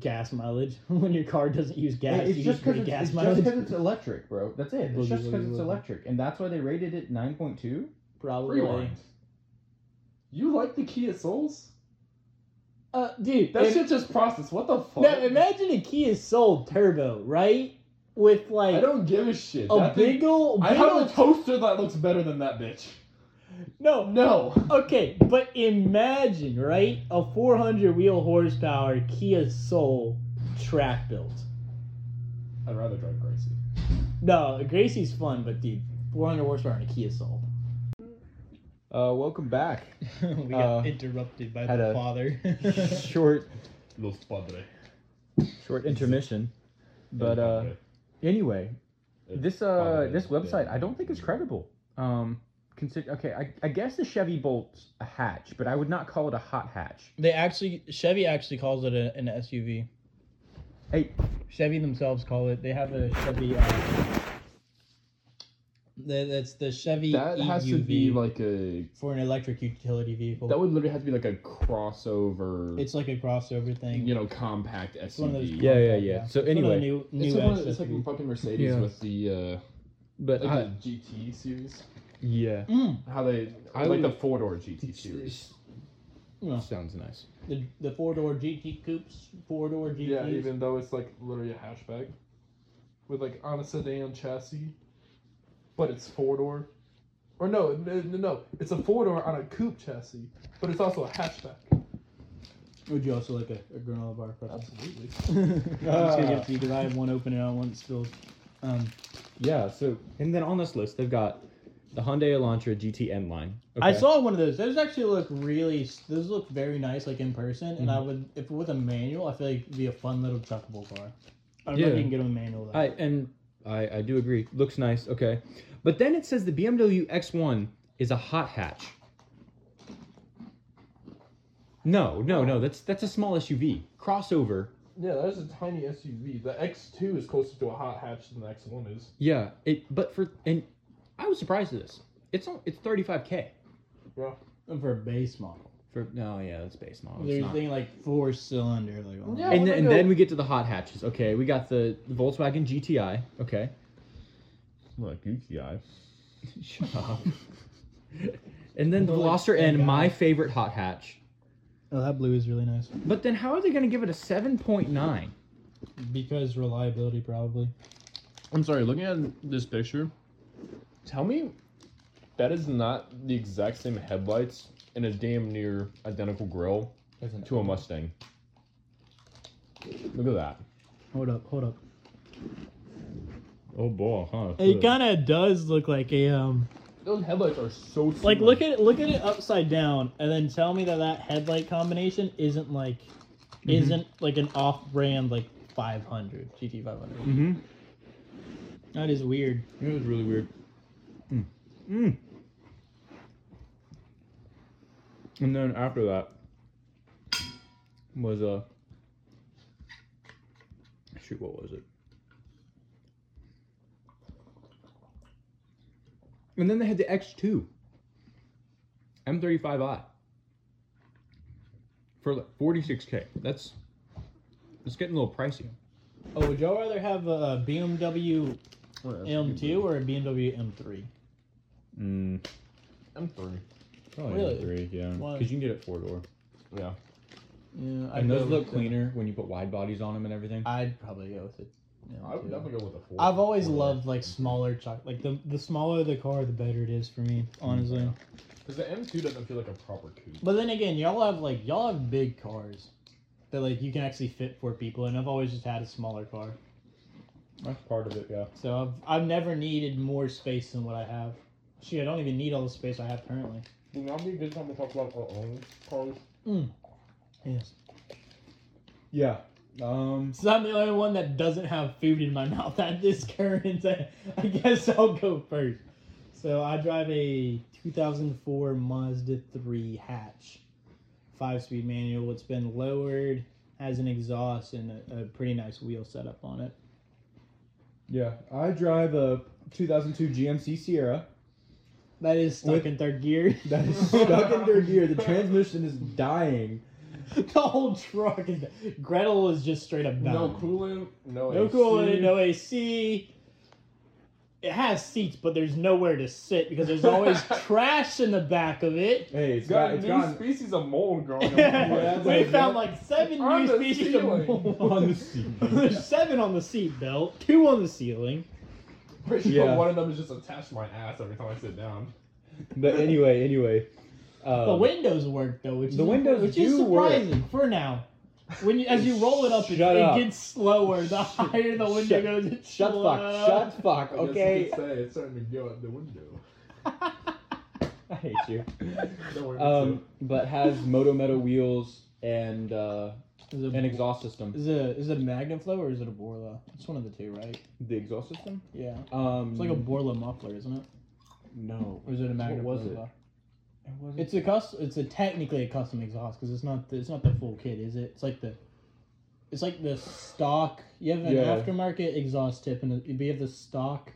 [SPEAKER 3] Gas mileage [LAUGHS] when your car doesn't use gas,
[SPEAKER 1] It- it's
[SPEAKER 3] you
[SPEAKER 1] just
[SPEAKER 3] just
[SPEAKER 1] because
[SPEAKER 3] use
[SPEAKER 1] it's,
[SPEAKER 3] gas
[SPEAKER 1] it's just
[SPEAKER 3] mileage.
[SPEAKER 1] 'cause it's electric, bro. That's it. It's
[SPEAKER 3] Boogie,
[SPEAKER 1] just because
[SPEAKER 3] woogie,
[SPEAKER 1] it's
[SPEAKER 3] woogie.
[SPEAKER 1] electric, and that's why they rated it nine point two.
[SPEAKER 2] Oh,
[SPEAKER 3] [LAUGHS] Probably.
[SPEAKER 2] Rewind. You like the Kia Souls?
[SPEAKER 3] Uh, dude,
[SPEAKER 2] That
[SPEAKER 3] im-
[SPEAKER 2] shit just processed. What the fuck?
[SPEAKER 3] now imagine a Kia Soul Turbo, right? With
[SPEAKER 2] I
[SPEAKER 3] like
[SPEAKER 2] don't give a shit.
[SPEAKER 3] a
[SPEAKER 2] That thing-
[SPEAKER 3] big ol'
[SPEAKER 2] I
[SPEAKER 3] big
[SPEAKER 2] have
[SPEAKER 3] ol'
[SPEAKER 2] a toaster that looks better than that bitch.
[SPEAKER 3] no,
[SPEAKER 2] No.
[SPEAKER 3] Okay, but imagine, right? A 400 wheel horsepower Kia Soul track built.
[SPEAKER 2] I'd rather drive Gracie.
[SPEAKER 3] No, Gracie's fun, but dude, 400 horsepower on a Kia Soul.
[SPEAKER 1] Uh, welcome [LAUGHS] back.
[SPEAKER 3] [LAUGHS] we
[SPEAKER 1] got Uh,
[SPEAKER 3] interrupted by
[SPEAKER 1] had the a-
[SPEAKER 2] [LAUGHS]
[SPEAKER 3] father.
[SPEAKER 1] short,
[SPEAKER 2] Los Padre.
[SPEAKER 1] short intermission, but uh, anyway, this uh, this website I don't think is credible. Um, consider okay, I, I guess the Chevy Bolt's a hatch, but I would not call it a hot hatch.
[SPEAKER 3] they actually, Chevy actually calls it a, an SUV.
[SPEAKER 1] Hey,
[SPEAKER 3] Chevy themselves call it. They have a Chevy. Uh, the, that's the Chevy
[SPEAKER 2] That has to
[SPEAKER 3] EUV
[SPEAKER 2] be like a.
[SPEAKER 3] for an electric utility vehicle.
[SPEAKER 2] That would literally have to be like a crossover.
[SPEAKER 3] it's like a crossover thing.
[SPEAKER 2] you know compact SUV.
[SPEAKER 3] one of those
[SPEAKER 1] yeah, yeah, yeah.
[SPEAKER 3] Yeah.
[SPEAKER 1] So
[SPEAKER 3] It's one of the
[SPEAKER 1] anyway,
[SPEAKER 3] new, new
[SPEAKER 2] It's, like one of-
[SPEAKER 3] edge
[SPEAKER 2] it's like
[SPEAKER 3] SUV.
[SPEAKER 2] a fucking Mercedes
[SPEAKER 1] Yeah.
[SPEAKER 2] with the uh,
[SPEAKER 1] but
[SPEAKER 2] like
[SPEAKER 1] I,
[SPEAKER 2] the GT series.
[SPEAKER 1] yeah,
[SPEAKER 3] Mm.
[SPEAKER 2] How they
[SPEAKER 1] I
[SPEAKER 2] like the
[SPEAKER 1] would-
[SPEAKER 2] four door GT series.
[SPEAKER 3] Yeah.
[SPEAKER 1] sounds [LAUGHS] nice.
[SPEAKER 3] The, the four door GT coupes, four door GTs.
[SPEAKER 2] Yeah, even though it's like literally a hatchback with like on a sedan chassis, but it's four door. Or no, no, no, no, it's a four door on a coupe chassis, but it's also a hatchback.
[SPEAKER 3] Would you also like a, a granola bar?
[SPEAKER 2] Uh,
[SPEAKER 3] Preference?
[SPEAKER 2] Absolutely.
[SPEAKER 3] I'm
[SPEAKER 1] Ah.
[SPEAKER 3] just gonna give
[SPEAKER 2] uh,
[SPEAKER 3] it to you because I have one open and I want it spilled. Um,
[SPEAKER 1] Yeah. So and then on this list they've got the Hyundai Elantra GTN line.
[SPEAKER 3] I saw one of those. Those actually look really. Those look very nice, like in person. And I would, if with a manual, I feel like it'd be a fun little chuckable car. I don't know if
[SPEAKER 1] Yeah.
[SPEAKER 3] you can get a manual. Though.
[SPEAKER 1] I and I, I do agree. Looks nice, okay. But then it says the BMW X1 is a hot hatch. No, no, no. That's that's a small SUV crossover.
[SPEAKER 2] Yeah, that is a tiny SUV. The X2 is closer to a hot hatch than the X1 is.
[SPEAKER 1] Yeah. It but for and I was surprised at this. It's on, it's 35k
[SPEAKER 3] And for a base model,
[SPEAKER 1] for. No, yeah, that's base model.
[SPEAKER 3] they're
[SPEAKER 1] Oh, It's not.
[SPEAKER 3] thinking like four cylinder. Like, oh.
[SPEAKER 2] Yeah.
[SPEAKER 1] And
[SPEAKER 2] Oh my
[SPEAKER 1] then, and
[SPEAKER 2] God.
[SPEAKER 1] then we get to the hot hatches. Okay, we got the, the Volkswagen GTI. Okay.
[SPEAKER 2] Like GTI.
[SPEAKER 1] [LAUGHS] Shut up. and then the
[SPEAKER 3] We're like
[SPEAKER 1] Veloster
[SPEAKER 3] same
[SPEAKER 1] N, my
[SPEAKER 3] guy.
[SPEAKER 1] favorite hot hatch.
[SPEAKER 3] oh, that blue is really nice
[SPEAKER 1] But then how are they going to give it a 7.9?
[SPEAKER 3] because reliability probably.
[SPEAKER 2] I'm sorry, looking at this picture, tell me that is not the exact same headlights and a damn near identical grill to a Mustang. Look at that.
[SPEAKER 3] Hold up, hold up.
[SPEAKER 2] Oh boy, huh?
[SPEAKER 3] It kind of does look like a um.
[SPEAKER 2] Those headlights are so similar.
[SPEAKER 3] Like look at it, look at it upside down, and then tell me that that headlight combination isn't like, isn't like an off-brand like 500 GT 500.
[SPEAKER 1] Mm-hmm.
[SPEAKER 3] That is weird.
[SPEAKER 2] It was really weird.
[SPEAKER 1] Mm. And then after that was uh shoot, what was it? And then they had the X2 M35i for like 46k. That's it's getting a little pricey.
[SPEAKER 3] Oh, would y'all rather have a BMW M2 or a BMW M3?
[SPEAKER 6] Mm,
[SPEAKER 2] M3.
[SPEAKER 6] probably
[SPEAKER 3] Really?
[SPEAKER 6] three, yeah.
[SPEAKER 3] Why?
[SPEAKER 6] Because you can get it four door.
[SPEAKER 2] Yeah.
[SPEAKER 3] Yeah, I'd
[SPEAKER 6] And
[SPEAKER 3] go
[SPEAKER 6] those look
[SPEAKER 3] with the-
[SPEAKER 6] cleaner when you put wide bodies on them and everything.
[SPEAKER 3] I'd probably go with it. you know,
[SPEAKER 2] I would
[SPEAKER 3] too.
[SPEAKER 2] definitely go with a four.
[SPEAKER 3] I've always
[SPEAKER 2] four door.
[SPEAKER 3] loved like smaller choc like the the smaller the car the better it is for me, honestly.
[SPEAKER 2] Because the M2 doesn't feel like a proper coupe.
[SPEAKER 3] But then again, y'all have like y'all have big cars that like you can actually fit four people and I've always just had a smaller car.
[SPEAKER 2] That's part of it, yeah.
[SPEAKER 3] So I've I've never needed more space than what I have. Shit, I don't even need all the space I have currently.
[SPEAKER 2] You know, it'd be a good time to talk about our own cars.
[SPEAKER 3] Yes.
[SPEAKER 6] Yeah. Um.
[SPEAKER 3] So I'm the only one that doesn't have food in my [LAUGHS] mouth at this current. [LAUGHS] I guess I'll go first. So I drive a 2004 Mazda 3 hatch, five speed manual. It's been lowered, has an exhaust, and a, a pretty nice wheel setup on it.
[SPEAKER 6] Yeah. I drive a 2002 GMC Sierra
[SPEAKER 3] That is stuck
[SPEAKER 6] With-
[SPEAKER 3] in third gear.
[SPEAKER 6] that
[SPEAKER 3] [LAUGHS]
[SPEAKER 6] is stuck in their gear. The transmission is dying.
[SPEAKER 3] the whole truck is. Gretel is just straight up
[SPEAKER 2] No
[SPEAKER 3] down.
[SPEAKER 2] coolant, no
[SPEAKER 3] No
[SPEAKER 2] AC.
[SPEAKER 3] coolant, no AC. It has seats, but there's nowhere to sit because there's always
[SPEAKER 6] [LAUGHS]
[SPEAKER 3] trash in the back of it.
[SPEAKER 6] Hey, it's
[SPEAKER 2] It's got
[SPEAKER 6] got,
[SPEAKER 2] a
[SPEAKER 6] it's
[SPEAKER 2] new
[SPEAKER 6] gotten
[SPEAKER 2] species of mold
[SPEAKER 3] [LAUGHS]
[SPEAKER 2] growing on
[SPEAKER 6] [LAUGHS] Yeah,
[SPEAKER 2] the
[SPEAKER 6] that's
[SPEAKER 3] we
[SPEAKER 6] like-
[SPEAKER 2] floor.
[SPEAKER 3] found like seven
[SPEAKER 2] On
[SPEAKER 3] new
[SPEAKER 2] the
[SPEAKER 3] species
[SPEAKER 2] ceiling.
[SPEAKER 3] of
[SPEAKER 6] on the
[SPEAKER 3] mold.
[SPEAKER 6] seat.
[SPEAKER 3] [LAUGHS] There's seven on the seat belt, two on the ceiling.
[SPEAKER 2] Pretty sure
[SPEAKER 6] Yeah.
[SPEAKER 2] one of them is just attached to my ass every time I sit down.
[SPEAKER 6] But anyway, anyway. Uh,
[SPEAKER 3] The windows work though, which
[SPEAKER 6] the
[SPEAKER 3] is,
[SPEAKER 6] windows
[SPEAKER 3] which is
[SPEAKER 6] do work.
[SPEAKER 3] surprising for now. When you,
[SPEAKER 6] [LAUGHS]
[SPEAKER 3] as you roll it up, it,
[SPEAKER 6] Shut
[SPEAKER 3] it
[SPEAKER 6] up.
[SPEAKER 3] gets slower the higher the window
[SPEAKER 6] [LAUGHS] Shut-
[SPEAKER 3] goes. It's
[SPEAKER 6] Shut the
[SPEAKER 3] uh,
[SPEAKER 6] fuck. Shut the fuck.
[SPEAKER 2] I guess you
[SPEAKER 6] Okay.
[SPEAKER 2] could say it's starting to go out the window. [LAUGHS]
[SPEAKER 3] fuck.
[SPEAKER 6] [LAUGHS] I hate you.
[SPEAKER 2] Don't worry, me
[SPEAKER 6] Um, but has Moto Metal wheels and uh,
[SPEAKER 3] is, it,
[SPEAKER 6] an exhaust system.
[SPEAKER 3] is it is it a Magnaflow or is it a Borla? It's one of the two, right?
[SPEAKER 6] The exhaust system?
[SPEAKER 3] Yeah.
[SPEAKER 6] Um,
[SPEAKER 3] It's like a Borla muffler, isn't it?
[SPEAKER 6] no.
[SPEAKER 3] Or is it a Magnaflow?
[SPEAKER 6] was it? It's
[SPEAKER 3] It's a custom. It's a technically a custom exhaust because it's not. The, it's not the full kit, is it? It's like the. It's like the stock. You have an
[SPEAKER 6] Yeah.
[SPEAKER 3] aftermarket exhaust tip, and a, you have the stock,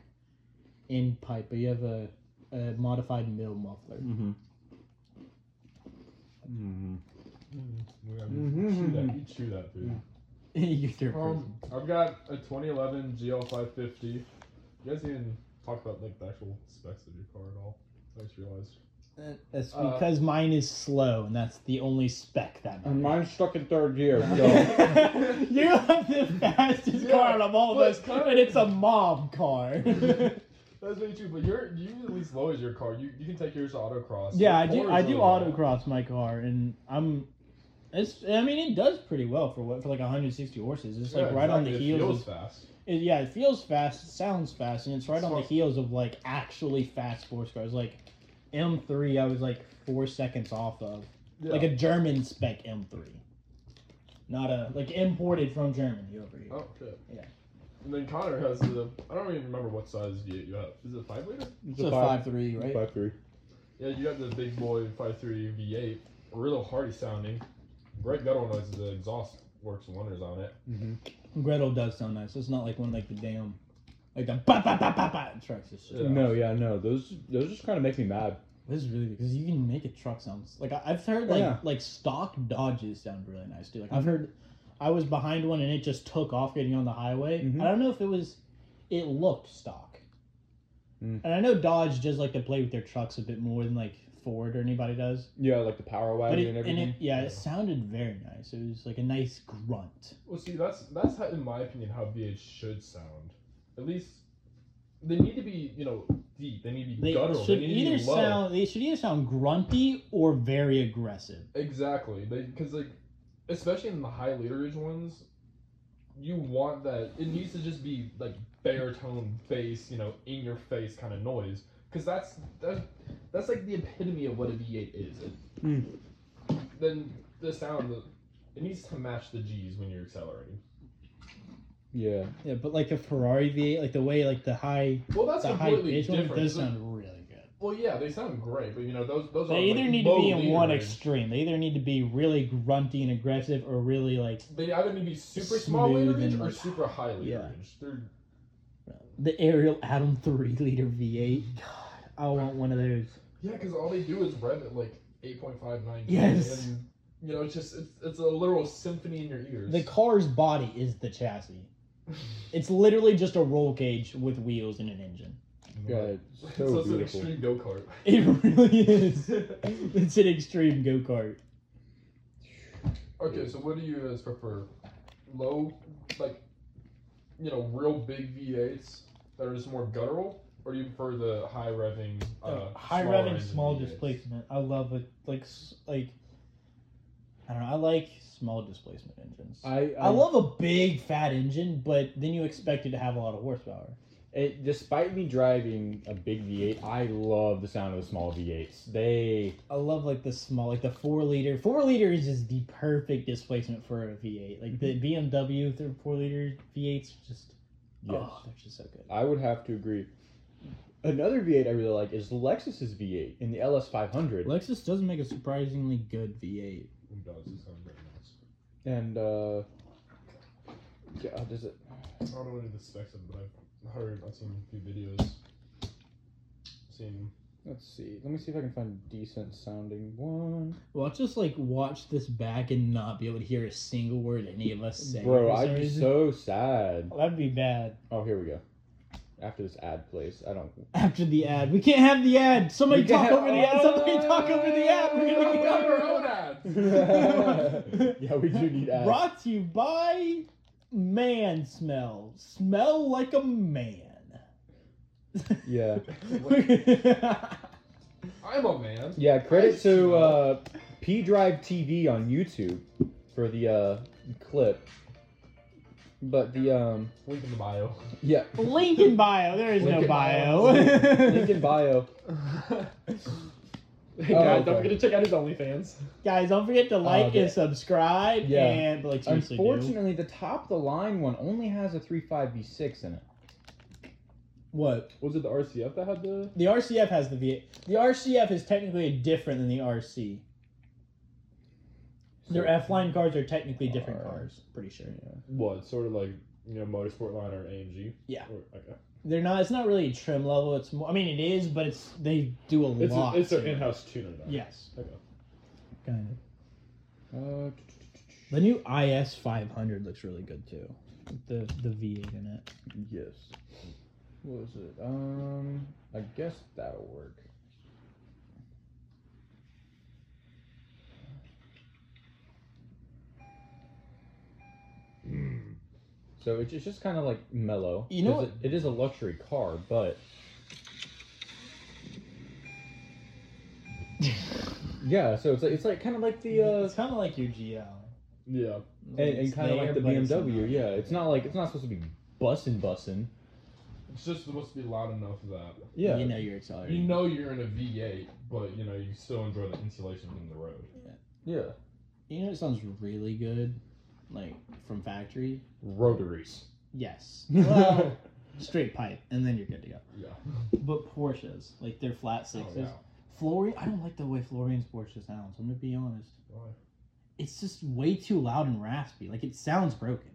[SPEAKER 3] in pipe, but you have a, a modified mill muffler. [LAUGHS]
[SPEAKER 6] Mm-hmm. Mm-hmm.
[SPEAKER 2] Yeah, Mm,
[SPEAKER 6] Mhm.
[SPEAKER 3] mm-hmm.
[SPEAKER 2] chew that. You chew that food.
[SPEAKER 3] you threw a
[SPEAKER 2] Um, I've got a 2011 GL550. You guys even talk about like the actual specs of your car at all? I just
[SPEAKER 3] [LAUGHS]
[SPEAKER 2] realized.
[SPEAKER 3] person. That's
[SPEAKER 2] uh,
[SPEAKER 3] because mine is slow, and that's the only spec that matters.
[SPEAKER 6] And mine's stuck in third [LAUGHS] gear.
[SPEAKER 3] [LAUGHS]
[SPEAKER 6] So.
[SPEAKER 2] mine-
[SPEAKER 3] you have the fastest
[SPEAKER 2] Yeah,
[SPEAKER 3] car out of all of
[SPEAKER 2] but
[SPEAKER 3] us,
[SPEAKER 2] car-
[SPEAKER 3] and it's a mob
[SPEAKER 2] [LAUGHS]
[SPEAKER 3] car.
[SPEAKER 2] That's very true, but you're you at least lowers your car. You you can take yours to autocross. Your
[SPEAKER 3] Yeah, I do.
[SPEAKER 2] car
[SPEAKER 3] I
[SPEAKER 2] is
[SPEAKER 3] do
[SPEAKER 2] really low.
[SPEAKER 3] autocross my car, and I'm. It's. I mean, it does pretty well for what for like 160 horses. It's like
[SPEAKER 2] Yeah,
[SPEAKER 3] right on the
[SPEAKER 2] exactly. It
[SPEAKER 3] heels.
[SPEAKER 2] feels
[SPEAKER 3] of,
[SPEAKER 2] fast.
[SPEAKER 3] it- yeah, it feels fast. It sounds fast, and it's right
[SPEAKER 2] It's
[SPEAKER 3] on the
[SPEAKER 2] fun.
[SPEAKER 3] heels of like actually fast sports cars. Like M3, I was like four seconds off of
[SPEAKER 2] Yeah.
[SPEAKER 3] like a German spec M3, not a like imported from Germany over here.
[SPEAKER 2] Oh shit.
[SPEAKER 3] Yeah.
[SPEAKER 2] And then Connor has the I don't even remember what size V8 you have. Is it five liter?
[SPEAKER 3] it's a five three, right?
[SPEAKER 6] Five three.
[SPEAKER 2] Yeah, you got the big boy 5.3 V8, real hearty sounding. Great guttural noises. The exhaust works wonders on it.
[SPEAKER 6] Mm-hmm.
[SPEAKER 3] Gretel does sound nice. It's not like one like the damn like the ba ba ba ba ba trucks. It's just-
[SPEAKER 2] Yeah.
[SPEAKER 6] No, yeah, no. Those those just kind of make me mad.
[SPEAKER 3] This is really because you can make a truck sound like I, I've heard like
[SPEAKER 6] Yeah.
[SPEAKER 3] like stock Dodges sound really nice too. Like I've heard, I was behind one and it just took off getting on the highway.
[SPEAKER 6] Mhm.
[SPEAKER 3] I don't know if it was, it looked stock,
[SPEAKER 6] Mm.
[SPEAKER 3] and I know Dodge does like to play with their trucks a bit more than like Ford or anybody does.
[SPEAKER 6] Yeah, like the power
[SPEAKER 3] But
[SPEAKER 6] wagon
[SPEAKER 3] it,
[SPEAKER 6] and
[SPEAKER 3] and
[SPEAKER 6] everything.
[SPEAKER 3] it, yeah,
[SPEAKER 2] Yeah.
[SPEAKER 3] it sounded very nice. It was like a nice grunt.
[SPEAKER 2] Well, see, that's that's how, in my opinion how V8 should sound. At least they need to be you know deep. They need to be
[SPEAKER 3] They
[SPEAKER 2] guttural.
[SPEAKER 3] should
[SPEAKER 2] they need
[SPEAKER 3] either
[SPEAKER 2] to be low.
[SPEAKER 3] sound they should either sound grunty or very aggressive.
[SPEAKER 2] Exactly, because like, especially in the high literage ones, you want that. It needs to just be like baritone bass, you know, in your face kind of noise. Because that's that's that's like the epitome of what a V eight is. It-
[SPEAKER 3] Hmm.
[SPEAKER 6] Mm.
[SPEAKER 2] Then the sound, it needs to match the G's when you're accelerating.
[SPEAKER 6] yeah.
[SPEAKER 3] Yeah, but like the Ferrari V8, like the way like the high
[SPEAKER 2] Well, that's
[SPEAKER 3] the high
[SPEAKER 2] completely
[SPEAKER 3] pitch one
[SPEAKER 2] different.
[SPEAKER 3] does
[SPEAKER 2] So-
[SPEAKER 3] sound really good.
[SPEAKER 2] well, yeah, they sound great, but you know those those are
[SPEAKER 3] They either
[SPEAKER 2] like,
[SPEAKER 3] need to
[SPEAKER 2] low
[SPEAKER 3] be in one
[SPEAKER 2] literage.
[SPEAKER 3] extreme. They either need to be really grunty and aggressive, or really like
[SPEAKER 2] They either need to be super small
[SPEAKER 3] Smooth
[SPEAKER 2] literage
[SPEAKER 3] and,
[SPEAKER 2] or
[SPEAKER 3] like,
[SPEAKER 2] super high literage.
[SPEAKER 3] yeah.
[SPEAKER 2] They're
[SPEAKER 3] the Ariel [LAUGHS] Atom three liter V eight. God, I want one of those.
[SPEAKER 2] Yeah, because all they do is rev at like 8.59.
[SPEAKER 3] Yes.
[SPEAKER 2] And, you know, it's just, it's, it's a literal symphony in your ears. [LAUGHS]
[SPEAKER 3] The car's
[SPEAKER 2] Mm-hmm.
[SPEAKER 3] body is the chassis. It's literally just a roll cage with wheels and an engine. [LAUGHS]
[SPEAKER 6] God, [LAUGHS] so,
[SPEAKER 2] so it's an
[SPEAKER 6] beautiful.
[SPEAKER 2] extreme go [LAUGHS] kart.
[SPEAKER 3] It really is. it's an extreme go kart.
[SPEAKER 2] Okay, so what do you guys prefer? Low, like, you know, real big V8s that are just more guttural, or do you prefer the high revving, uh,
[SPEAKER 3] High
[SPEAKER 2] smaller
[SPEAKER 3] revving,
[SPEAKER 2] engine
[SPEAKER 3] small
[SPEAKER 2] V8s?
[SPEAKER 3] displacement. I love it. Like s- like. I don't know. I like small displacement engines. I,
[SPEAKER 6] I, um, I,
[SPEAKER 3] love a big fat engine, but then you expect it to have a lot of horsepower.
[SPEAKER 6] it, despite me driving a big V8, I love the sound of the small V8s. They
[SPEAKER 3] I love like the small, like the four liter. Four liter is just the perfect displacement for a V8. Like
[SPEAKER 6] Mm-hmm.
[SPEAKER 3] the BMW th- four liter V8s, just
[SPEAKER 6] yes,
[SPEAKER 3] oh, they're just so good.
[SPEAKER 6] I would have to agree. Another V8 I really like is Lexus's V8 in the LS500,
[SPEAKER 3] Lexus does make a surprisingly good V8.
[SPEAKER 2] Oh, God, this is sounding very nice.
[SPEAKER 6] and uh, yeah, does it?
[SPEAKER 2] I don't know any of the specs of it, but I've heard, I've seen a few videos. Seen.
[SPEAKER 6] Let's see. Let me see if I can find a decent sounding one.
[SPEAKER 3] Well, I'll just like watch this back and not be able to hear a single word any of us say.
[SPEAKER 6] Bro,
[SPEAKER 3] for
[SPEAKER 6] I'd
[SPEAKER 3] some
[SPEAKER 6] be
[SPEAKER 3] reason.
[SPEAKER 6] so sad.
[SPEAKER 3] That'd be bad.
[SPEAKER 6] Oh, here we go. After this ad plays, I don't. [LAUGHS]
[SPEAKER 3] After the ad, we can't have the ad. Somebody
[SPEAKER 6] We
[SPEAKER 3] talk
[SPEAKER 6] can't-
[SPEAKER 3] over the ad. Somebody talk over the ad. We're
[SPEAKER 2] We
[SPEAKER 3] gonna get
[SPEAKER 2] got our
[SPEAKER 3] covered.
[SPEAKER 2] own ads!
[SPEAKER 3] [LAUGHS]
[SPEAKER 6] [LAUGHS] yeah, we do need ads.
[SPEAKER 3] Brought to you by Man Smell. Smell like a
[SPEAKER 6] [LAUGHS]
[SPEAKER 3] man.
[SPEAKER 6] Yeah,
[SPEAKER 2] I'm a man.
[SPEAKER 6] yeah. Credit
[SPEAKER 2] Christ,
[SPEAKER 6] to
[SPEAKER 2] no.
[SPEAKER 6] uh, P Drive TV on YouTube for the uh, clip. But the um,
[SPEAKER 2] Link in the [LAUGHS] bio.
[SPEAKER 3] [LAUGHS]
[SPEAKER 6] yeah,
[SPEAKER 3] Link in bio. There is
[SPEAKER 6] Link
[SPEAKER 3] no
[SPEAKER 6] in
[SPEAKER 3] bio.
[SPEAKER 6] link in bio.
[SPEAKER 2] Hey,
[SPEAKER 6] Oh,
[SPEAKER 2] guys,
[SPEAKER 6] okay.
[SPEAKER 2] don't forget to check out his OnlyFans.
[SPEAKER 3] Guys, don't forget to like
[SPEAKER 6] yeah.
[SPEAKER 3] and subscribe.
[SPEAKER 6] Oh, Yeah.
[SPEAKER 3] And but like seriously, do.
[SPEAKER 6] Unfortunately, the top of the line one only has a three five V six in it.
[SPEAKER 3] what
[SPEAKER 2] Was it the RCF that had the.
[SPEAKER 3] the RCF has the V. The RCF is technically different than the RC. Their F line cars are technically different
[SPEAKER 6] Alright.
[SPEAKER 3] cars. Pretty sure.
[SPEAKER 2] What? Sort of like, you know, Motorsport Line or AMG?
[SPEAKER 3] Yeah.
[SPEAKER 2] Or, okay.
[SPEAKER 3] They're not. It's not really a trim level. It's more. I mean, it is, but it's they do a
[SPEAKER 2] It's,
[SPEAKER 3] lot.
[SPEAKER 2] a, it's their
[SPEAKER 3] to it.
[SPEAKER 2] in house tuner, though.
[SPEAKER 3] Yes.
[SPEAKER 2] Okay.
[SPEAKER 3] Kind of.
[SPEAKER 6] Uh,
[SPEAKER 3] The new IS 500 looks really good too. The the V8 in it.
[SPEAKER 6] Yes. What was it? Um, I guess that'll work. Hmm. So it's just, just kind of like mellow.
[SPEAKER 3] You know
[SPEAKER 6] 'cause it, it is a luxury car, but yeah. So it's like, it's like kind of like the uh,
[SPEAKER 3] it's kind of like your GL.
[SPEAKER 2] Yeah.
[SPEAKER 6] and, and kind of like the BMW. Yeah, it's not like it's not supposed to be bussin' bussin'.
[SPEAKER 2] It's just supposed to be loud enough that
[SPEAKER 6] Yeah,
[SPEAKER 3] You know you're
[SPEAKER 2] you
[SPEAKER 3] accelerating.
[SPEAKER 2] know you're in a V8, but you know you still enjoy the insulation from the road.
[SPEAKER 6] yeah.
[SPEAKER 3] You know it sounds really good, like from factory.
[SPEAKER 2] Rotaries.
[SPEAKER 3] Yes. [LAUGHS] Well, straight pipe, and then you're good to go.
[SPEAKER 2] Yeah.
[SPEAKER 3] But Porsches, like their flat
[SPEAKER 2] Oh,
[SPEAKER 3] sixes.
[SPEAKER 2] yeah.
[SPEAKER 3] Florian, I don't like the way Florian's Porsche sounds. I'm gonna be honest.
[SPEAKER 2] Why?
[SPEAKER 3] It's just way too loud and raspy. Like it sounds broken.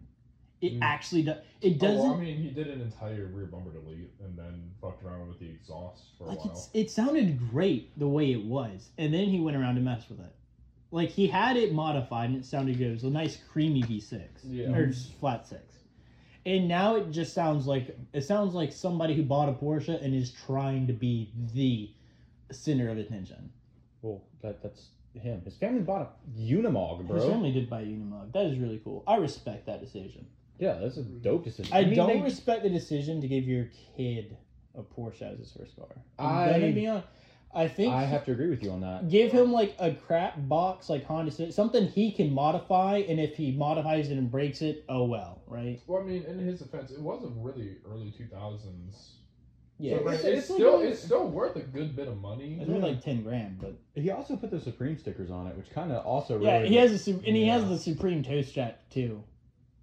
[SPEAKER 3] It
[SPEAKER 6] Mm.
[SPEAKER 3] actually does. It
[SPEAKER 2] Oh,
[SPEAKER 3] doesn't.
[SPEAKER 2] well, I mean, he did an entire rear bumper delete and then fucked around with the exhaust for a
[SPEAKER 3] like
[SPEAKER 2] while.
[SPEAKER 3] it's, it sounded great the way it was and then he went around to mess with it like he had it modified and it sounded good it was a nice creamy v6
[SPEAKER 2] Yeah.
[SPEAKER 3] or just flat six and now it just sounds like it sounds like somebody who bought a porsche and is trying to be the center of attention
[SPEAKER 6] Well, that that's him. His family bought a Unimog, bro.
[SPEAKER 3] his family did buy a unimog that is really cool i respect that decision
[SPEAKER 6] yeah, that's a dope decision.
[SPEAKER 3] i,
[SPEAKER 6] mean,
[SPEAKER 3] don't
[SPEAKER 6] they-
[SPEAKER 3] respect the decision to give your kid a porsche as his first car
[SPEAKER 6] I-
[SPEAKER 3] I'm gonna be honest. I think
[SPEAKER 6] I
[SPEAKER 3] he-
[SPEAKER 6] have to agree with you on that.
[SPEAKER 3] Give him like a crap box like Honda said, something he can modify, and if he modifies it and breaks it, oh well, right?
[SPEAKER 2] Well, I mean, in his defense, it was a really early 2000s.
[SPEAKER 3] Yeah,
[SPEAKER 2] So, like,
[SPEAKER 6] it's-
[SPEAKER 2] it's,
[SPEAKER 6] it's like
[SPEAKER 2] still
[SPEAKER 6] a-
[SPEAKER 2] it's still worth a good bit of money.
[SPEAKER 3] it's worth like ten grand, but
[SPEAKER 6] He also put the Supreme stickers on it, which kind of also really.
[SPEAKER 3] yeah, he has a su- and he has
[SPEAKER 2] Yeah.
[SPEAKER 3] the Supreme toe strap too.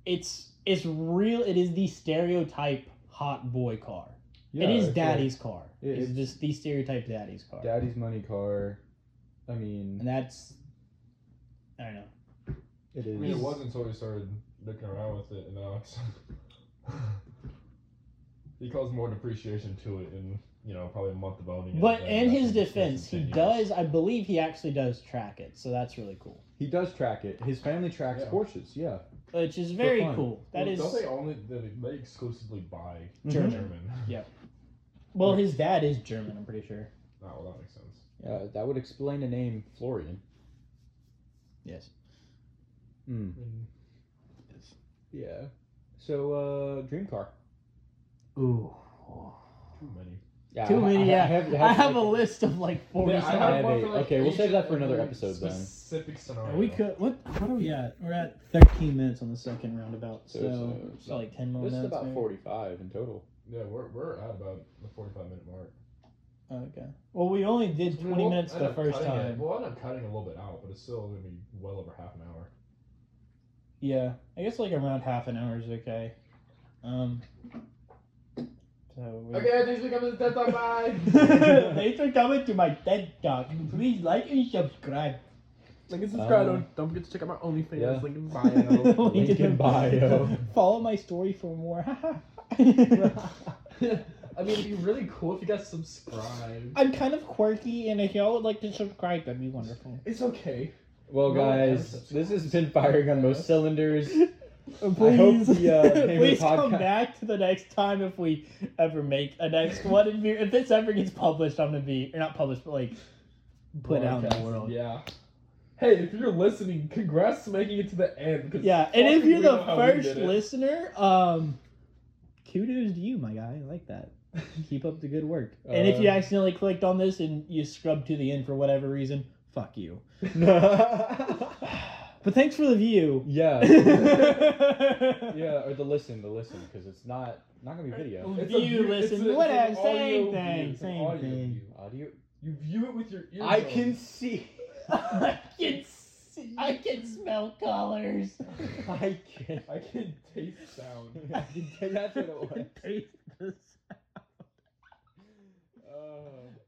[SPEAKER 3] It's it's real. It is the stereotype hot boy car.
[SPEAKER 6] Yeah,
[SPEAKER 3] it is
[SPEAKER 6] it's
[SPEAKER 3] daddy's car.
[SPEAKER 6] Yeah,
[SPEAKER 3] it's,
[SPEAKER 6] it's-
[SPEAKER 3] just the stereotype daddy's car,
[SPEAKER 6] like daddy's money car. I
[SPEAKER 3] and
[SPEAKER 6] mean,
[SPEAKER 3] that's I don't know.
[SPEAKER 6] it
[SPEAKER 2] I
[SPEAKER 6] is.
[SPEAKER 2] mean, it wasn't until he started looking around with it, and now it's. [LAUGHS] he caused more depreciation to it in, you know, probably a month of owning it.
[SPEAKER 3] But
[SPEAKER 2] than
[SPEAKER 3] in
[SPEAKER 2] that
[SPEAKER 3] his
[SPEAKER 2] thing was
[SPEAKER 3] defense,
[SPEAKER 2] in
[SPEAKER 3] he
[SPEAKER 2] 10 years.
[SPEAKER 3] does. I believe he actually does track it, so that's really cool.
[SPEAKER 6] He does track it. His family tracks
[SPEAKER 2] Yeah.
[SPEAKER 6] Porsches. Yeah.
[SPEAKER 3] which is very
[SPEAKER 6] fun.
[SPEAKER 3] cool. That
[SPEAKER 2] Well,
[SPEAKER 3] is
[SPEAKER 2] Don't they only they, they exclusively buy [LAUGHS]
[SPEAKER 6] Mhm.
[SPEAKER 2] German?
[SPEAKER 3] Yep. Well, his dad is German. I'm pretty sure.
[SPEAKER 2] Oh, well, that makes sense.
[SPEAKER 6] Uh, that would explain the name Florian.
[SPEAKER 3] Yes.
[SPEAKER 6] Hmm.
[SPEAKER 3] Yes.
[SPEAKER 6] Yeah. So, uh, dream car.
[SPEAKER 3] Ooh.
[SPEAKER 2] Too many.
[SPEAKER 6] Yeah,
[SPEAKER 3] Too
[SPEAKER 6] I-
[SPEAKER 3] many.
[SPEAKER 6] I,
[SPEAKER 3] yeah.
[SPEAKER 6] I have, I have,
[SPEAKER 3] a list of like forty.
[SPEAKER 2] Yeah, I
[SPEAKER 6] I
[SPEAKER 2] have
[SPEAKER 6] have
[SPEAKER 2] one
[SPEAKER 6] a-
[SPEAKER 2] for, like,
[SPEAKER 6] okay, we'll
[SPEAKER 2] each
[SPEAKER 6] save that for another
[SPEAKER 2] very
[SPEAKER 6] episode then.
[SPEAKER 2] Specific scenario.
[SPEAKER 3] We could. What? What are we at? We're at 13 minutes on the second roundabout.
[SPEAKER 6] So
[SPEAKER 3] So,
[SPEAKER 6] it's, uh,
[SPEAKER 3] it's got like 10 more
[SPEAKER 6] This is
[SPEAKER 3] minutes.
[SPEAKER 6] about
[SPEAKER 3] maybe.
[SPEAKER 6] 45 in total.
[SPEAKER 2] Yeah, we're, we're at about the 45 minute mark.
[SPEAKER 3] Oh, okay. Well, we only did 20
[SPEAKER 2] We'll
[SPEAKER 3] minutes
[SPEAKER 2] end
[SPEAKER 3] the
[SPEAKER 2] up
[SPEAKER 3] first
[SPEAKER 2] cutting it-
[SPEAKER 3] time.
[SPEAKER 2] We'll end up cutting a little bit out, but it's still going to be well over half an hour.
[SPEAKER 3] Yeah, I guess like around half an hour is okay. Um. So we... [LAUGHS]
[SPEAKER 2] Okay, thanks for coming to Death on [LAUGHS] Bye!
[SPEAKER 3] Thanks for coming to my TED Talk. Please like and subscribe.
[SPEAKER 5] Like and
[SPEAKER 6] subscribe.
[SPEAKER 5] subscribe.
[SPEAKER 6] Um, Don't-
[SPEAKER 5] don't, forget to check out my OnlyFans
[SPEAKER 6] yeah.
[SPEAKER 5] link in
[SPEAKER 2] [LAUGHS]
[SPEAKER 6] [LAUGHS]
[SPEAKER 5] bio.
[SPEAKER 6] Link in bio.
[SPEAKER 3] [LAUGHS] Follow my story for more. [LAUGHS]
[SPEAKER 2] I mean, it'd be really cool if you guys subscribed.
[SPEAKER 3] I'm kind of quirky, and if y'all would like to subscribe, that'd be wonderful.
[SPEAKER 2] It's okay.
[SPEAKER 6] Well,
[SPEAKER 2] No one
[SPEAKER 6] guys,
[SPEAKER 2] else.
[SPEAKER 6] this has been firing on
[SPEAKER 3] [LAUGHS]
[SPEAKER 6] most cylinders.
[SPEAKER 3] Oh, Please,
[SPEAKER 6] hope
[SPEAKER 3] [LAUGHS]
[SPEAKER 6] the, uh, name of the
[SPEAKER 3] please come
[SPEAKER 6] podcast-
[SPEAKER 3] back to the next time if we ever make a next one. If, you, if this ever gets published, I'm gonna be or not published, but like put out in the
[SPEAKER 2] Broadcast,
[SPEAKER 3] world.
[SPEAKER 2] Yeah. Hey, if you're listening, congrats to making it to the end. 'cause
[SPEAKER 3] Yeah, and if
[SPEAKER 2] fucking
[SPEAKER 3] you're
[SPEAKER 2] we
[SPEAKER 3] the
[SPEAKER 2] know how we
[SPEAKER 3] first
[SPEAKER 2] did it.
[SPEAKER 3] listener, um, kudos to you, my guy. I like that. Keep up the good work. and if you
[SPEAKER 2] Um,
[SPEAKER 6] Uh,
[SPEAKER 3] accidentally clicked on this and you scrubbed to the end for whatever reason,
[SPEAKER 2] [LAUGHS]
[SPEAKER 3] fuck you. But thanks for the view. [LAUGHS]
[SPEAKER 6] yeah.
[SPEAKER 3] yeah.
[SPEAKER 6] Yeah, or the listen, the listen, because it's not not gonna be video.
[SPEAKER 2] It's a
[SPEAKER 3] View,
[SPEAKER 2] it's
[SPEAKER 3] listen,
[SPEAKER 2] a- it's
[SPEAKER 3] whatever,
[SPEAKER 2] an
[SPEAKER 3] same
[SPEAKER 2] audio
[SPEAKER 3] thing,
[SPEAKER 2] view, it's an
[SPEAKER 3] same
[SPEAKER 2] audio
[SPEAKER 3] thing.
[SPEAKER 2] view.
[SPEAKER 6] Audio.
[SPEAKER 2] You view it with your ears.
[SPEAKER 6] Uh, I can see.
[SPEAKER 3] [LAUGHS] I can see. I can smell colors.
[SPEAKER 2] [LAUGHS]
[SPEAKER 6] I can.
[SPEAKER 2] I can taste sound.
[SPEAKER 6] I
[SPEAKER 3] [LAUGHS]
[SPEAKER 6] can. That's what it was.
[SPEAKER 3] Taste the
[SPEAKER 6] Oh.